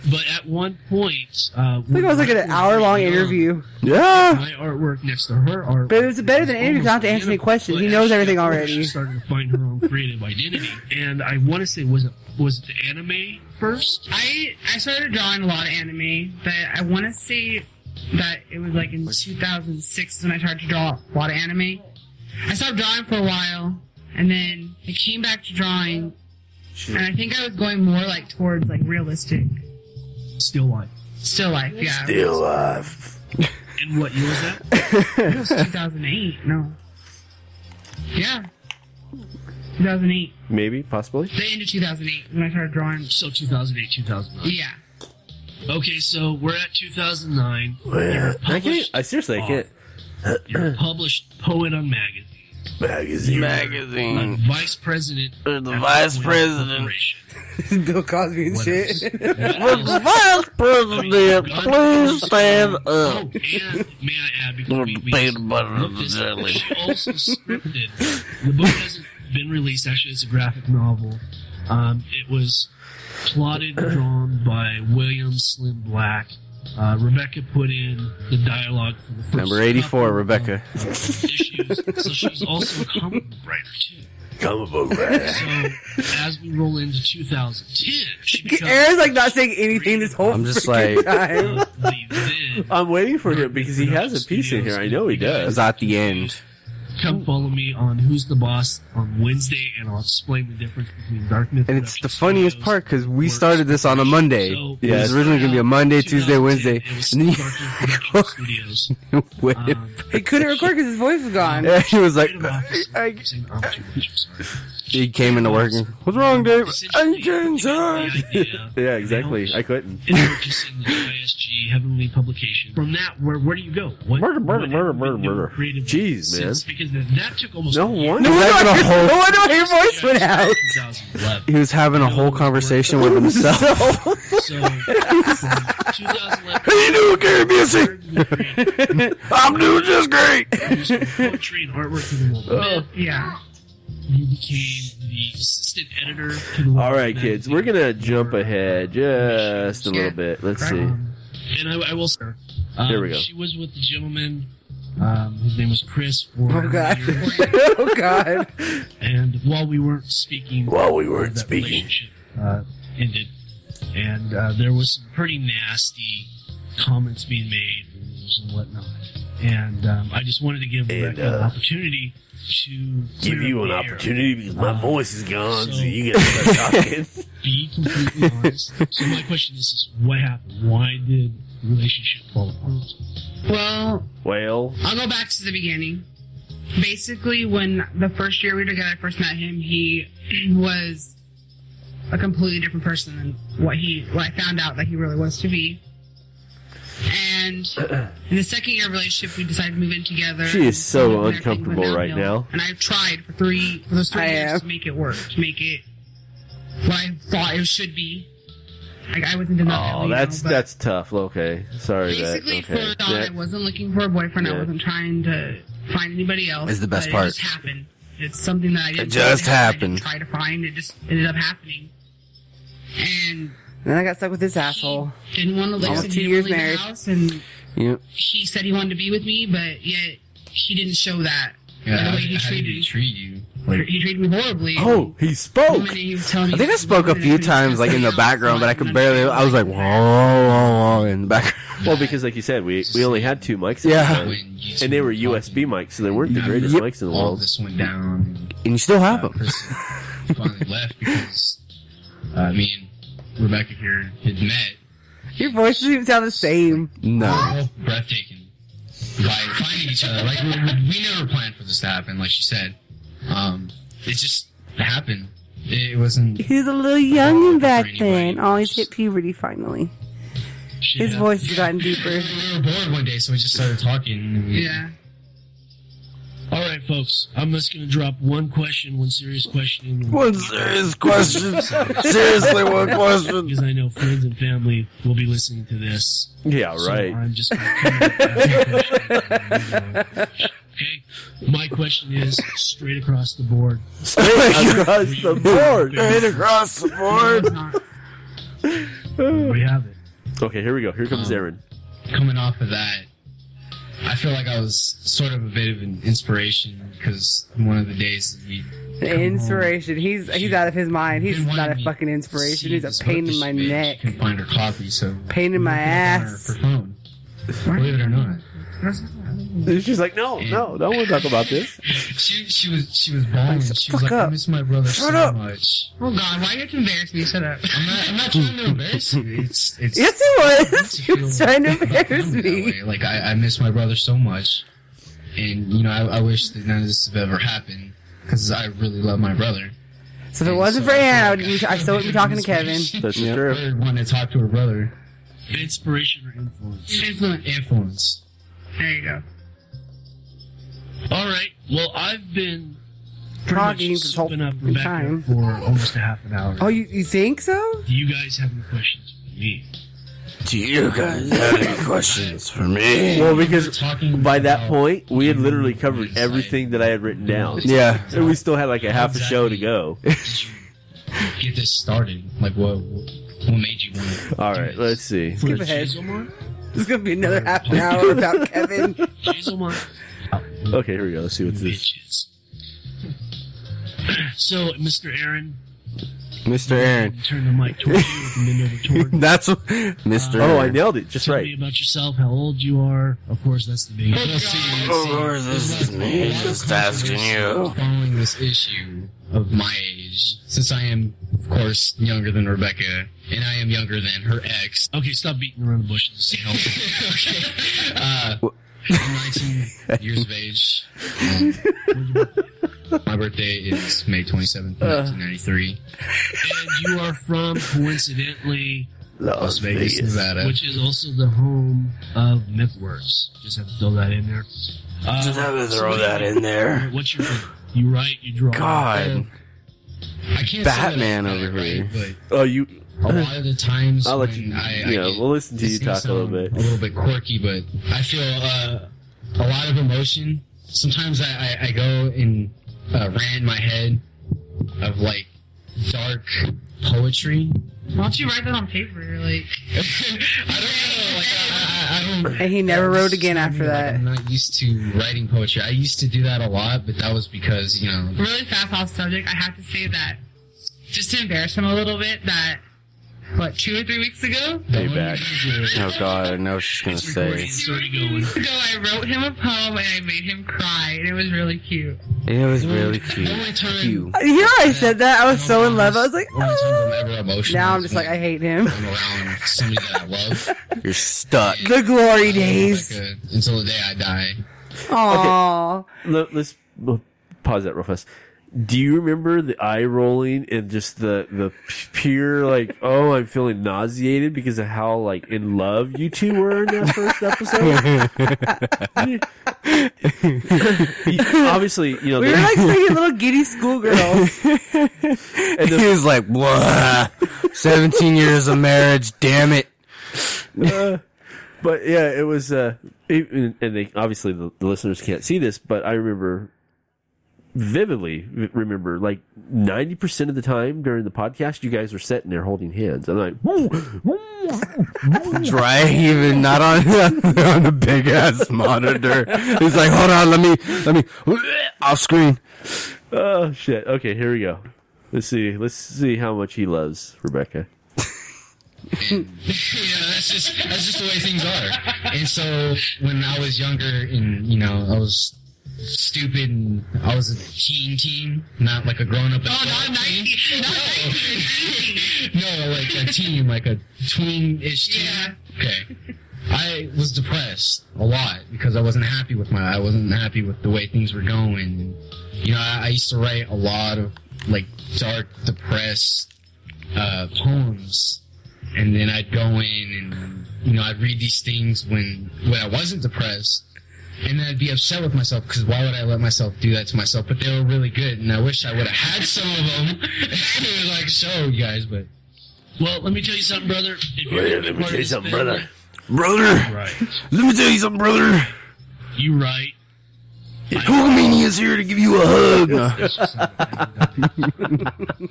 I: but at one point, uh,
D: I think I was like at an hour long interview.
E: Yeah.
I: My artwork next to her artwork.
D: But it was better than an interview. 'cause I Don't have to answer any questions. He knows everything
I: She
D: already.
I: started to find her own creative identity, and I want to say was it was it the anime first?
K: I I started drawing a lot of anime, but I want to say that it was like in 2006 when I started to draw a lot of anime. I stopped drawing for a while, and then I came back to drawing, and I think I was going more like towards like realistic,
I: Still life.
K: still life, yeah.
I: life. and what year was that?
K: It was 2008. No. Yeah. 2008.
C: Maybe, possibly.
K: The end of 2008 when I started drawing.
I: So 2008, 2009.
K: Yeah.
I: Okay, so we're at 2009.
C: Well, I can't. I seriously I can't.
I: You're a published poet on magazine.
C: Magazine.
I: Magazine. vice president.
E: the
I: vice president.
D: Bill Cosby and shit.
E: Vice President, please stand up.
I: May I add, before we, we
E: Peanut butter
I: look
E: and
I: this up,
E: jelly.
I: she also scripted. The book hasn't been released. Actually, it's a graphic novel. Um, it was plotted and drawn by William Slim Black. Uh, Rebecca put in the dialogue for the first
E: Number 84, Rebecca.
I: issues, so she's also a comic book writer too.
C: Comic book
I: So as we roll into 2010, she
D: Aaron's like not saying anything this whole
C: I'm just
D: freaking
C: like-
D: time.
C: I'm waiting for him because he has a piece in here. I know he does.
E: It's at the end.
I: Come follow me on Who's the Boss on Wednesday, and I'll explain the difference between Darkness.
E: And it's the funniest part because we started this on a Monday. It was originally going to be a Monday, Tuesday, Wednesday. And then
I: Studios. Um,
E: you went
D: He couldn't record because his voice was gone.
E: Yeah, he was like, he came into work. and, What's wrong, Dave? I can't
C: Yeah, exactly. I couldn't.
I: Purchasing the ISG Heavenly Publication. From that, where where do you go? What,
C: Murder, murder,
I: what
C: murder, murder, murder.
I: creative
C: Jeez, man.
I: sense? Because that, that took almost
C: No
I: a year.
C: wonder- No Is that wonder- gonna hold- no
D: wonder your voice went out.
I: 2011.
E: He was having a whole conversation with himself.
I: So, from 2011.
E: How you doing, Gary Busey? I'm doing just great.
C: Oh.
I: Poetry and artwork to the world.
K: Yeah.
I: you became the assistant editor.
C: All right, kids, we're gonna jump ahead just a little bit. Let's see.
I: And I, I will say, um,
C: There we go.
I: She was with the gentleman. Um, his name was Chris. For
D: Oh, God.
I: oh God! And while we weren't speaking, while we weren't speaking, uh, ended, and uh, there was some pretty nasty comments being made and whatnot. And um, I just wanted to give
B: And,
I: Rebecca an
B: uh,
I: opportunity to
B: give
I: clear
B: you
I: up
B: an
I: the air.
B: opportunity because my voice is gone, so,
I: so-
B: you gotta start talking.
I: Be completely honest. So my question is, is what happened? Why did the relationship fall apart?
K: Well,
C: Well,
K: I'll go back to the beginning. Basically, when the first year we were together, I first met him, he was a completely different person than what he, what I found out that he really was to be. And in the second year of relationship, we decided to move in together.
C: She is so
K: And everything went
C: uncomfortable right
K: downhill.
C: now.
K: And I've tried for three, for those three years to make it work, to make it what I thought it should be. Like I wasn't in love.
C: Oh, that's that's tough. Okay, sorry. That,
K: Basically, for
C: okay.
K: a dollar, I
C: That-
K: wasn't looking for a boyfriend.
C: Yeah.
K: I wasn't trying to find anybody else.
E: Is the best
K: but
E: part.
K: It just happened. It's something that I didn't.
E: It just
K: I didn't
E: happened.
K: try to find. It just ended up happening. And
D: Then I got stuck with this asshole.
K: didn't want to listen.
D: Almost
K: He
D: two
K: didn't
D: years
K: leave the
D: married.
K: house, and
E: Yep.
K: he said he wanted to be with me, but yet he didn't show that.
J: Yeah,
K: the
J: how
K: way he
J: did- how did
K: treated
J: he treat you?
K: he treated me horribly.
E: Oh, he spoke.
K: And he was telling
E: I
K: me
E: think I spoke a few times, like in the background, but I could barely. I was like, whoa, whoa, whoa, in the background.
C: well, because like you said, we we only had two mics. at the
E: Yeah.
C: time, and they were USB mics, so they weren't the greatest
E: Yep.
C: mics in the
J: All
C: world.
J: this went down.
E: And you still have them.
J: finally left because uh, me and Rebecca here had met.
D: Your voice doesn't even sound the same.
J: We're both breathtaking by finding each other. Like we, we never planned for this to happen. Like she said, um, it just happened. It wasn't.
L: He was a little young back then. Oh, he's hit puberty finally. His
J: Yeah.
L: voice has gotten deeper.
J: We were bored one day, so we just started talking. And we,
K: yeah.
I: All right, folks. I'm just gonna drop one question, one serious question.
H: One serious question. Seriously, one question.
I: Because I know friends and family will be listening to this.
C: Yeah,
I: So
C: right.
I: I'm just. Gonna come up with a question. okay. My question is straight across the board.
H: Straight across the board.
I: Straight across the
K: board.
I: we have it.
C: Okay, here we go. Here
K: Um,
C: comes Aaron.
J: coming off of that, I feel like I was sort of a bit of an inspiration because one of the days that we
D: The inspiration. He's he's out of his mind. He's not a fucking inspiration. He's a pain in my neck,
J: couldn't find her coffee, so
D: pain in my ass.
J: her phone. Believe it or not,
C: She's like, no, no, don't want to talk about this.
J: she she was she was bawling. She was like, "I miss my brother so much."
K: Oh God, why you have to embarrass me? Shut up.
J: I'm not, I'm not trying to embarrass you. It's, it's,
K: Yes,
D: he
K: was. He was trying
D: to
J: embarrass me. Like I, I miss my brother so much, and you know I, I wish that none of this had ever happened because I really love my brother.
D: So if it wasn't for Anna, I, would be, I still wouldn't be talking to Kevin.
J: Yeah, I wanted to talk to her brother.
I: Inspiration or influence?
K: Influence.
J: Influence.
K: There you go.
I: All right. Well, I've been
D: Talking this whole fucking
I: Rebecca
D: time.
I: for almost a half an hour.
D: Oh, you, you think so?
I: Do you guys have any questions for me?
B: Do you guys have any questions for me?
C: Well, because by that point, we had literally covered everything that I had written down.
B: Yeah.
C: And we still had like a half a show to go.
J: Get this started. Like what? What made you want? to
C: All right, let's see.
D: Skip ahead. It's gonna be another half an hour about Kevin.
C: Okay, here we go. Let's see what's
I: this. So, Mr. Aaron,
E: Mr. Aaron.
I: turn the mic towards you and then over towards
E: That's what, Mr.
I: Oh,
E: Aaron.
I: I nailed it.
C: Just
I: Tell me about yourself, how old you are. Of course, that's the big.
B: Of course, this is me just asking you.
J: following this issue of my age, since I am, of course, younger than Rebecca, and I am younger than her ex.
I: Okay, stop beating around the bush. Just help.
J: uh, I'm 19 years of age. Um, my birthday is May 27th,
I: Uh.
J: 1993.
I: and you are from, coincidentally,
J: Las Vegas, Nevada.
I: which is also the home of MythWorks. Just have to throw that in there.
B: Just have to throw that in there.
I: What's your favorite? You write, you draw.
E: God.
J: I can't
E: Batman over here.
C: Oh, you.
J: A lot of the times
E: I'll let
J: when
E: you-
J: I,
E: yeah,
J: I get-
E: we'll listen to
J: this
E: you
J: is gonna
E: talk a little
J: sound
E: bit.
J: a little bit quirky, but I feel uh, a lot of emotion. Sometimes I, I, I go and
I: uh, ran in my head of like dark poetry.
K: Why don't you write that on paper? Like,
D: And he never wrote again after that.
I: I'm not used to writing poetry. I used to do that a lot, but that was because you know
K: really fast off subject, I have to say that just to embarrass him a little bit that what two or three weeks ago,
E: Payback. Oh god, I know what she's gonna say.
K: weeks ago, I wrote him a poem and I made him cry, and it was really cute.
E: It was really cute. You.
D: You know, I said that. I was so in love. I was like, oh,
I: "Ah."
D: now I'm just like, I hate him.
I: around somebody that I love.
E: You're stuck.
D: The glory days.
I: Like, uh, until the day I die.
D: Aww.
C: Let, us pause that real fast. Do you remember the eye rolling and just the the pure like oh I'm feeling nauseated because of how like in love you two were in that first episode? Obviously, you know
D: We were
C: the-
D: like three little giddy schoolgirls.
E: he was like, "Wah, seventeen years of marriage, damn it."
C: Uh, but yeah, it was. Uh, it- and they obviously the, the listeners can't see this, but I remember vividly v- remember like 90% of the time during the podcast you guys were sitting there holding hands i'm like
E: Dry even not on on the big ass monitor. He's like, "Hold on, let me, let me." Off screen.
C: oh shit okay here we go let's see let's see how much he loves rebecca
I: you know, that's just that's just the way things are. And so when I was younger and you know, I was stupid and I was a teen teen, not like a grown up. Oh, not nineteen. No. no, like a teen, like a tween ish teen. Okay. I was depressed a lot because I wasn't happy with my I wasn't happy with the way things were going. You know, I, I used to write a lot of like dark, depressed uh, poems and then I'd go in and you know I'd read these things when when I wasn't depressed, and then I'd be upset with myself because why would I let myself do that to myself? But they were really good, and I wish I would have had some of them to like show you guys. But
M: Well, let me tell you something, brother. If you're
I: Yeah,
M: gonna be
I: let me
M: part of
I: tell you
M: this
I: something,
M: family,
I: brother.
N: Brother,
M: Right.
N: let me tell you something, brother.
M: You right.
N: Hogamania is here to give you a hug.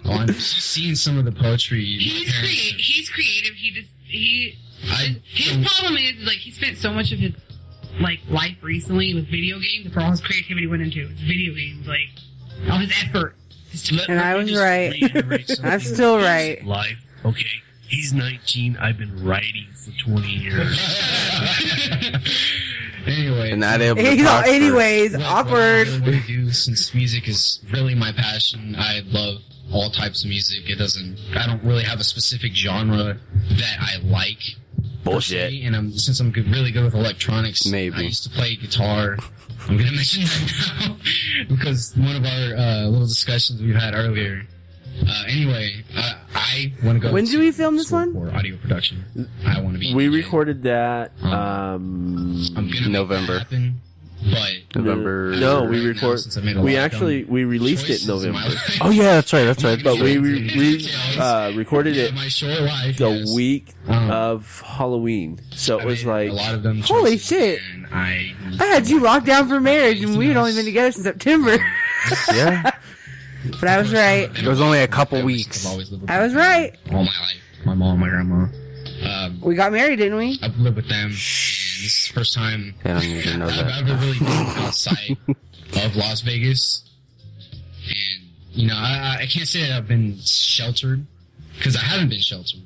I: oh, I'm just seeing some of the poetry.
K: He's creative. He's creative. He just he.
I: I-
K: his problem is like he spent so much of his like life recently with video games. That's where all his creativity went into. It's video games. Like all his effort.
D: And I was right. I'm still right.
M: Life. Okay. He's 19. I've been writing for 20 years.
I: anyway,
E: and not able.
D: to Hey, talk for- anyways, awkward.
I: What I really do since music is really my passion. I love all types of music. It doesn't. I don't really have a specific genre that I like. Bullshit. And I'm since I'm good, really good with electronics. Maybe I used to play guitar. I'm gonna mention that now because one of our uh, little discussions we had earlier. Uh, anyway, uh, I want to go.
D: When do we film this one?
I: for audio production? I want to be.
C: we recorded that um
E: November.
I: But
E: November.
C: no we record we actually we released it in november
E: Oh yeah, that's right. That's right.
C: but we we, we uh, recorded it the week of Halloween, so it was like a lot
I: of them.
D: Holy shit.
I: I
D: I had you locked down for marriage and we had only been together since September.
E: yeah.
D: But I was right.
E: It was only a couple weeks.
D: I was right.
I: all my life. My mom, my grandma. Um,
D: We got married, didn't we?
I: I've lived with them. And this is the first time
E: I don't need to know
I: I've
E: that.
I: ever really been outside of Las Vegas. And you know, I, I- I can't say that I've been sheltered because I haven't been sheltered.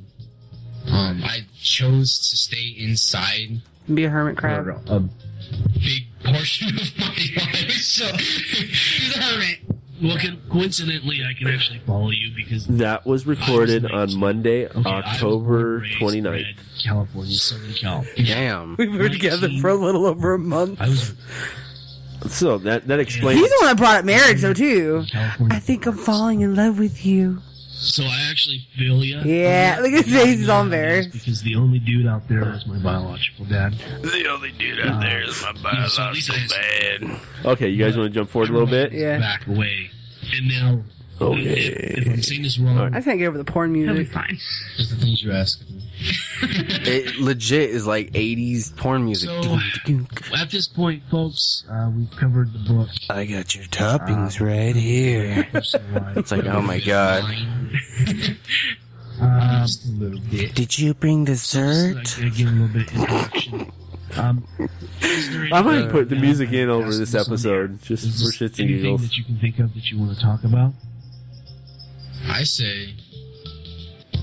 I: Um, I chose to stay inside
D: Be a hermit crab.
I: a big portion of my life. So he's a hermit.
M: Well, can, coincidentally, I can actually follow you because
C: That was recorded on Monday, October 29th.
M: California, Southern Cal.
E: Damn.
D: We were together for a little over a month.
C: So that that explains.
D: He's the one that brought up marriage, though, too. I think I'm falling in love with you.
M: So I actually feel you.
D: Yeah, look at his face. He's all embarrassed.
M: Because the only dude out there was my biological dad.
N: The only dude out there is my biological man.
C: Okay, you guys want to jump forward a little bit?
D: Yeah.
M: Back away. And now, if, if I'm saying this wrong,
D: I can't get over the porn music.
M: fine.
I: Just the things you ask.
E: it legit is like 80s porn music.
I: So, at this point, folks, uh, we've covered the book.
E: I got your toppings right here. it's like, oh my god.
I: Uh, just a little bit.
E: Did you bring
I: So,
E: dessert?
I: just like, uh, give a little bit of introduction. Um,
C: I
I: Uh,
C: might put the music in over this episode just
I: Is
C: for
I: there
C: shits and
I: anything
C: giggles.
I: that you can think of that you want to talk about?
J: I say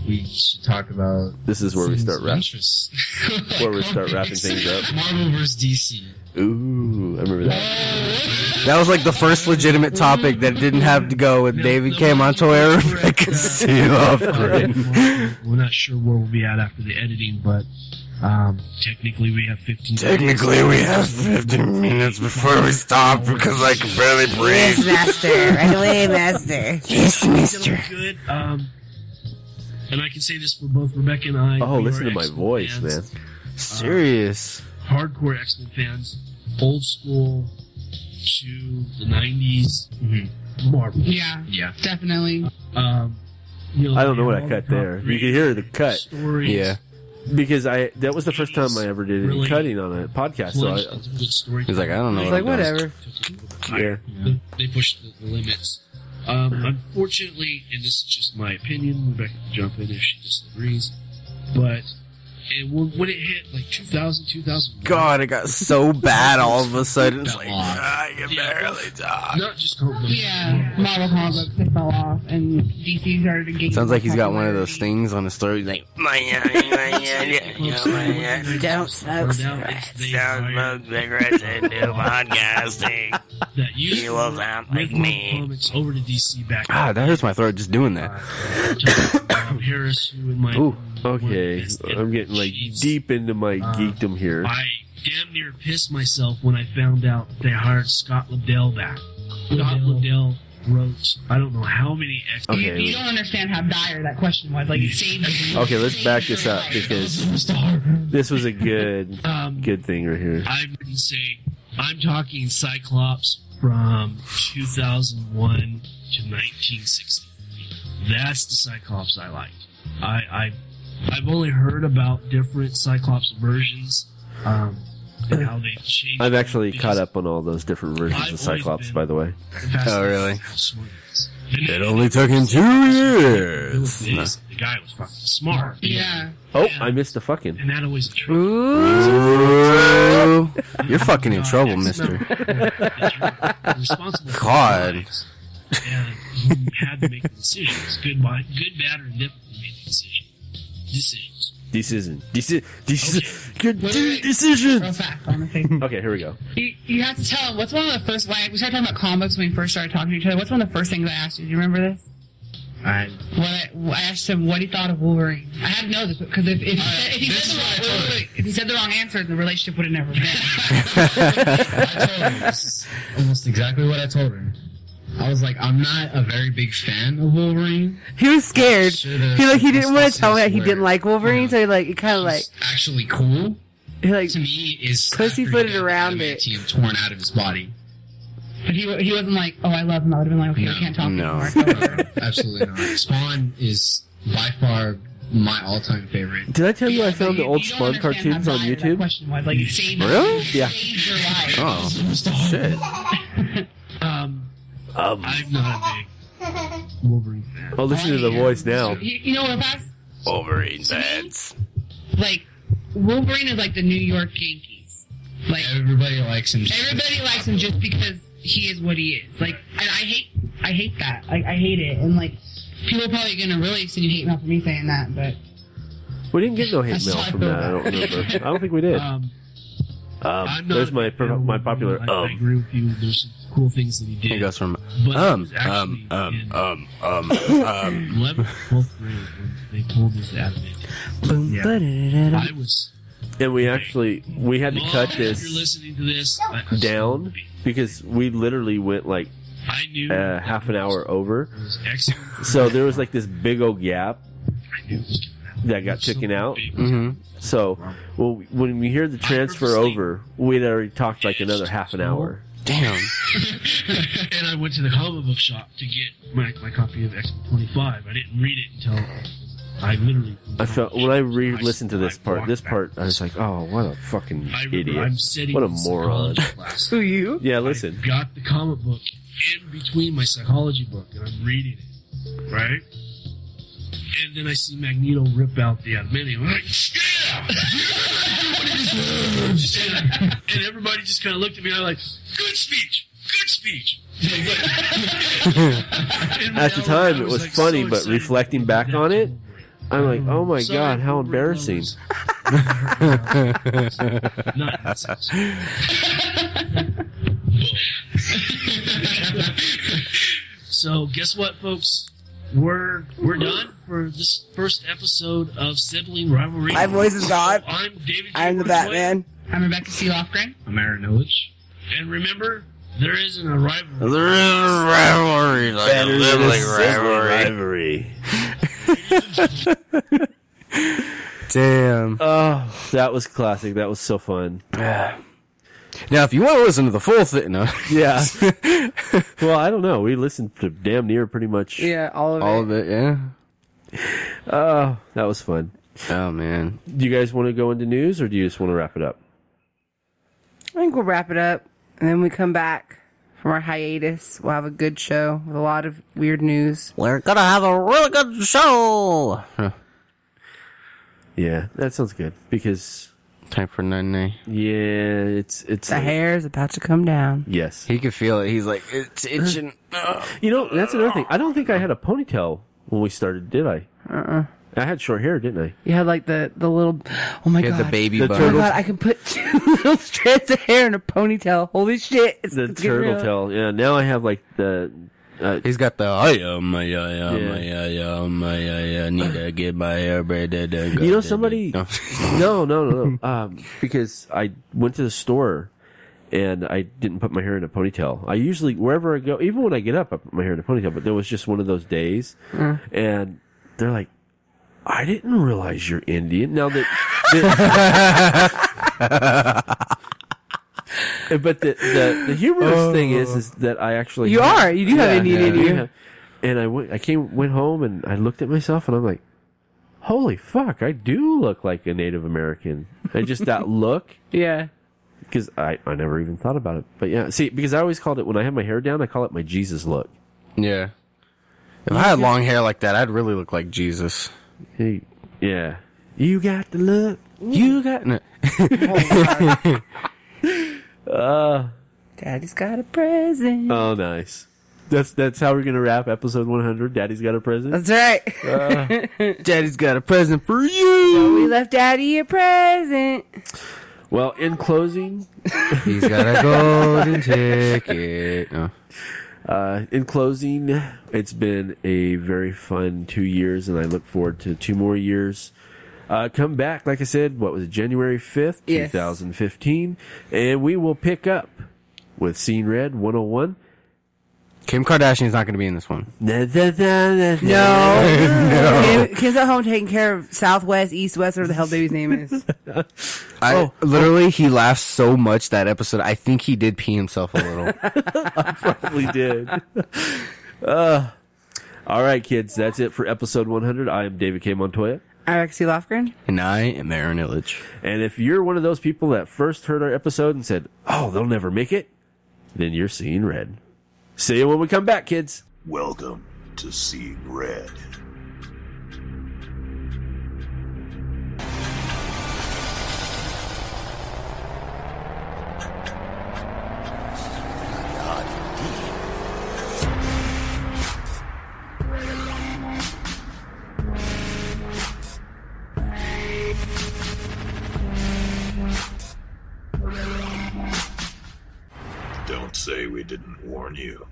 J: we should talk about.
C: This is where we start wrapping.
J: Interest.
C: Where we start wrapping things up.
J: Marvel vs. DC.
C: Ooh, I remember that.
E: That was like the first legitimate topic that didn't have to go with David K. Montoya, Rebecca C. Lofgren.
I: We're not sure where we'll be at after the editing, but um, technically we have 15.
E: Technically, we have 15 minutes before we stop because I can barely breathe.
D: master. Right away, master.
E: Yes, mister.
I: Good. Um, and I can say this for both Rebecca and I.
C: Oh,
I: we
C: listen
I: are
C: to my
I: X-Men
C: voice,
I: fans,
C: man.
E: Serious.
I: Hardcore X Men fans, old school to the 90s
C: Mm-hmm.
I: Marvel.
K: Yeah.
J: Yeah.
K: Definitely.
I: Um, you
C: I don't know what I
I: all
C: cut
I: the
C: there. You can hear the cut.
I: Stories. Yeah.
C: Because I that was the first time I ever did any
I: Really
C: cutting on a podcast. So
I: plunged
C: I,
I: into good story.
E: He's like, I don't know.
C: He's
E: what
C: like,
E: I'm doing.
C: whatever. Yeah.
I: They- They pushed the, the limits. Um, unfortunately, and this is just my opinion, Rebecca can jump in if she disagrees, but it, when when it hit like 2000, 2001,
E: God, it got so bad all of a sudden. It's like, "Ah,
J: I
E: can barely talk.
I: Not just comic books.
K: Yeah. Marvel comic books they fell off, and DC started to get.
E: Sounds like he's got one of those things on his throat. He's like, my, yeah, yeah, yeah, yeah, yeah, my, yeah.
D: Don't smoke cigarettes.
E: Don't smoke cigarettes and do podcasting.
I: that used
E: You will not like
I: Rick Mark
E: me.
I: comics over to DC back
E: Ah, that hurts my throat just doing that.
I: in Harris, who in my
C: Ooh, okay. I'm getting like deep into my geekdom here.
I: Uh, I damn near pissed myself when I found out they hired Scott Liddell back. Scott Liddell wrote I don't know how many X
K: You, you don't understand how dire that question was. Like, it saved.
C: Okay, let's back this up because this was a good good thing right here.
I: I would Um, say I'm talking Cyclops from 2001 to 1960. That's the Cyclops I like. I, I I've only heard about different Cyclops versions um, and how they changed.
C: I've actually caught up on all those different versions of Cyclops, by the way.
E: Oh, really?
I: It
E: only took him two years.
I: The guy was fucking smart.
K: Yeah.
C: Oh, I missed a fucking.
I: And that always intrigued
E: Ooh. You're fucking in trouble, mister.
I: responsible. for their
E: God.
I: lives. And he had to make the decisions. Good, bi- good, bad, or indifferent. He made the decision. Decisions.
C: Decision. Decision. Decision. Good
K: Wait, wait, wait.
C: decision.
K: Real fast, I wanna say-
C: Okay, here we go.
K: You, you have to tell him what's one of the first. Like, we started talking about comics when we first started talking to each other. What's one of the first things I asked you? Do you remember this?
J: I,
K: What I, I asked him what he thought of Wolverine. I had to know this because if, if, he said- if, he
J: this is
K: said the
J: what I
K: wrong-
J: told him.
K: wait, wait, wait. if he said the wrong answer, the relationship would have never been.
J: I told her this is almost exactly what I told her. I was like, I'm not a very big fan of Wolverine.
L: He was scared.
J: Should've
L: He like he didn't want to
J: discussed
L: tell me
J: his
L: that he didn't
J: word.
L: like Wolverine, so he like he kind of like
J: Actually, cool
L: he like
J: to me is
L: Pussyfooted
J: after he got
L: around it.
J: adamantium torn out of his body.
K: But he, wa- he wasn't like, oh, I love him. I would have been like, okay,
J: No,
K: we can't talk
E: no.
K: anymore.
J: Absolutely not. Spawn is by far my all-time favorite.
C: Did I tell you I
K: So
C: found the
K: you-
C: old
K: you
C: Spawn
K: don't understand
C: cartoons
K: how
C: on
K: dire that
C: YouTube?
K: question was. Like, it saved,
E: Really?
C: Yeah.
K: saved your life.
E: Oh, shit.
I: Um,
C: Um,
I: I'm not a big Wolverine fan.
C: I'll listen to the voice now.
K: You, you know, if I was
E: Wolverine fans.
K: like, Wolverine is like the New York Yankees. Like,
J: Everybody likes him.
K: Everybody likes him just because he is what he is. Like, and I hate, I hate that. Like, I hate it. And like, people are probably gonna really send you hate mail for me saying that, but
C: We didn't get no hate
K: That's
C: mail
K: how I
C: from
K: feel
C: that. I don't
K: about it.
C: remember. I don't think we did.
I: Um,
C: Um,
I: I'm not
C: there's
I: a
C: my
I: big fan
C: pro-
I: of
C: my
I: Wolverine.
C: popular
I: I, I
C: um.
I: agree with you. There's some cool things that he did.
E: He goes from
I: But
E: um,
I: it was
E: um,
I: actually
E: um,
I: in-
E: um, um, um.
I: 11th, 12th grade when they pulled his adamantium.
E: Boom.
I: I was.
C: And we actually we had to
I: Mom,
C: cut
I: If
C: this
I: you're listening to this, I, I'm
C: down
I: sorry.
C: because we literally went like
I: I knew
C: uh, half an hour over.
I: it was excellent.
C: So there was like this big old gap
I: I knew it was coming out.
C: that got taken out.
I: Big
E: Mm-hmm.
C: So well, when we hear the transfer
I: purposely-
C: over, we'd already talked like another half an hour.
E: Damn.
I: and I went to the comic book shop to get my, my copy of X 25. I didn't read it until I literally
C: I felt when I re-listened to this part. This part, I was like, "Oh, what a fucking idiot!
I: I'm sitting
C: what a
I: in
C: moron!"
I: psychology class. Who you?
C: Yeah, listen.
I: got the comic book in between my psychology book, and I'm reading it, right? And then I see Magneto rip out the adamantium. I'm like, yeah! and, and everybody just kind of looked at me. I'm like, good speech, good speech.
C: At the time, it was funny, but reflecting back on it, I'm like, "Oh my god, how embarrassing!"
I: So guess what, folks? We're we're done for this first episode of Sibling Rivalry.
D: My voice is gone.
I: I'm David.
D: I'm the Batman.
K: I'm Rebecca C. Lofgren.
I: I'm Aaron Knowledge. And remember, there isn't a rivalry.
E: There is a rivalry, like
I: Better
E: a
I: than a
E: sibling
I: sibling
E: rivalry.
C: Damn. Oh, that was classic. That was so fun.
E: Now, if you want to listen to the full thing, no.
C: Yeah. well, I don't know. We listened to damn near pretty much.
D: Yeah, all of
E: all of it, yeah.
C: Oh, that was fun.
E: Oh man.
C: Do you guys want to go into news or do you just want to wrap it up?
D: I think we'll wrap it up, and then we come back from our hiatus. We'll have a good show with a lot of weird news.
E: We're gonna have a really good show.
C: Yeah, that sounds good because
E: time for nine nine.
C: Yeah, it's it's
D: The hair is about to come down.
C: Yes,
E: he could feel it. He's like it's itching.
C: You know, that's another thing. I don't think I had a ponytail when we started, did I?
D: Uh-uh.
C: I had short hair, didn't I?
D: You had like the the little. Oh my
C: You had
D: god!
C: the baby
D: Oh
C: bun.
D: my god! I can put two little strands of hair in a ponytail. Holy shit! It's,
C: The
D: it's getting
C: turtle
D: real.
C: tail. Yeah, now I have like the. Uh,
E: He's got the oh, I am I am I am I am I need to get my hair braided.
C: You know, somebody. No, no, no, no. Um, because I went to the store and I didn't put my hair in a ponytail. I usually, wherever I go, even when I get up, I put my hair in a ponytail, but there was just one of those days.
H: Mm.
C: And they're like, I didn't realize you're Indian. Now that. but the, the, the humorous thing is, is that I actually.
D: Oh. You are. You do have Indian in
C: I do
D: you.
C: have- And I went, I came, went home and I looked at myself and I'm like, holy fuck, I do look like a Native American. I just that look.
D: Yeah.
C: Because I, I never even thought about it. But yeah, see, because I always called it, when I have my hair down, I call it my Jesus look.
E: Yeah. If I had long hair like that, I'd really look like Jesus.
C: Hey, yeah. You got the look.
E: You got. No.
C: Uh,
D: Daddy's got a present.
C: oh, nice. That's that's how we're going to wrap episode 100. Daddy's got a present.
D: That's right.
E: Daddy's got a present for
D: we
E: you.
D: left Daddy a present.
C: Well, in closing,
E: He's got a golden ticket. No.
C: Uh, in closing, it's been a very fun two years, and I look forward to two more years. Uh, come back, like I said, what was it, January 5th,
D: Yes.
C: 2015, and we will pick up with Scene Red 101.
E: Kim Kardashian's not going to be in this one.
C: No. no.
D: No. Kim- Kim's at home taking care of Southwest, East, West, whatever the hell baby's name is.
E: I,
C: Oh,
E: literally, he laughed so much that episode. I think he did pee himself a little.
C: Probably did. Uh, all right, kids, that's it for episode 100. I am David K. Montoya.
D: I'm Rexy Lofgren.
E: and I am Aaron Illich.
C: And if you're one of those people that first heard our episode and said, oh, they'll never make it, then you're seeing red. See you when we come back, kids.
A: Welcome to Seeing Red. Don't say we didn't warn you.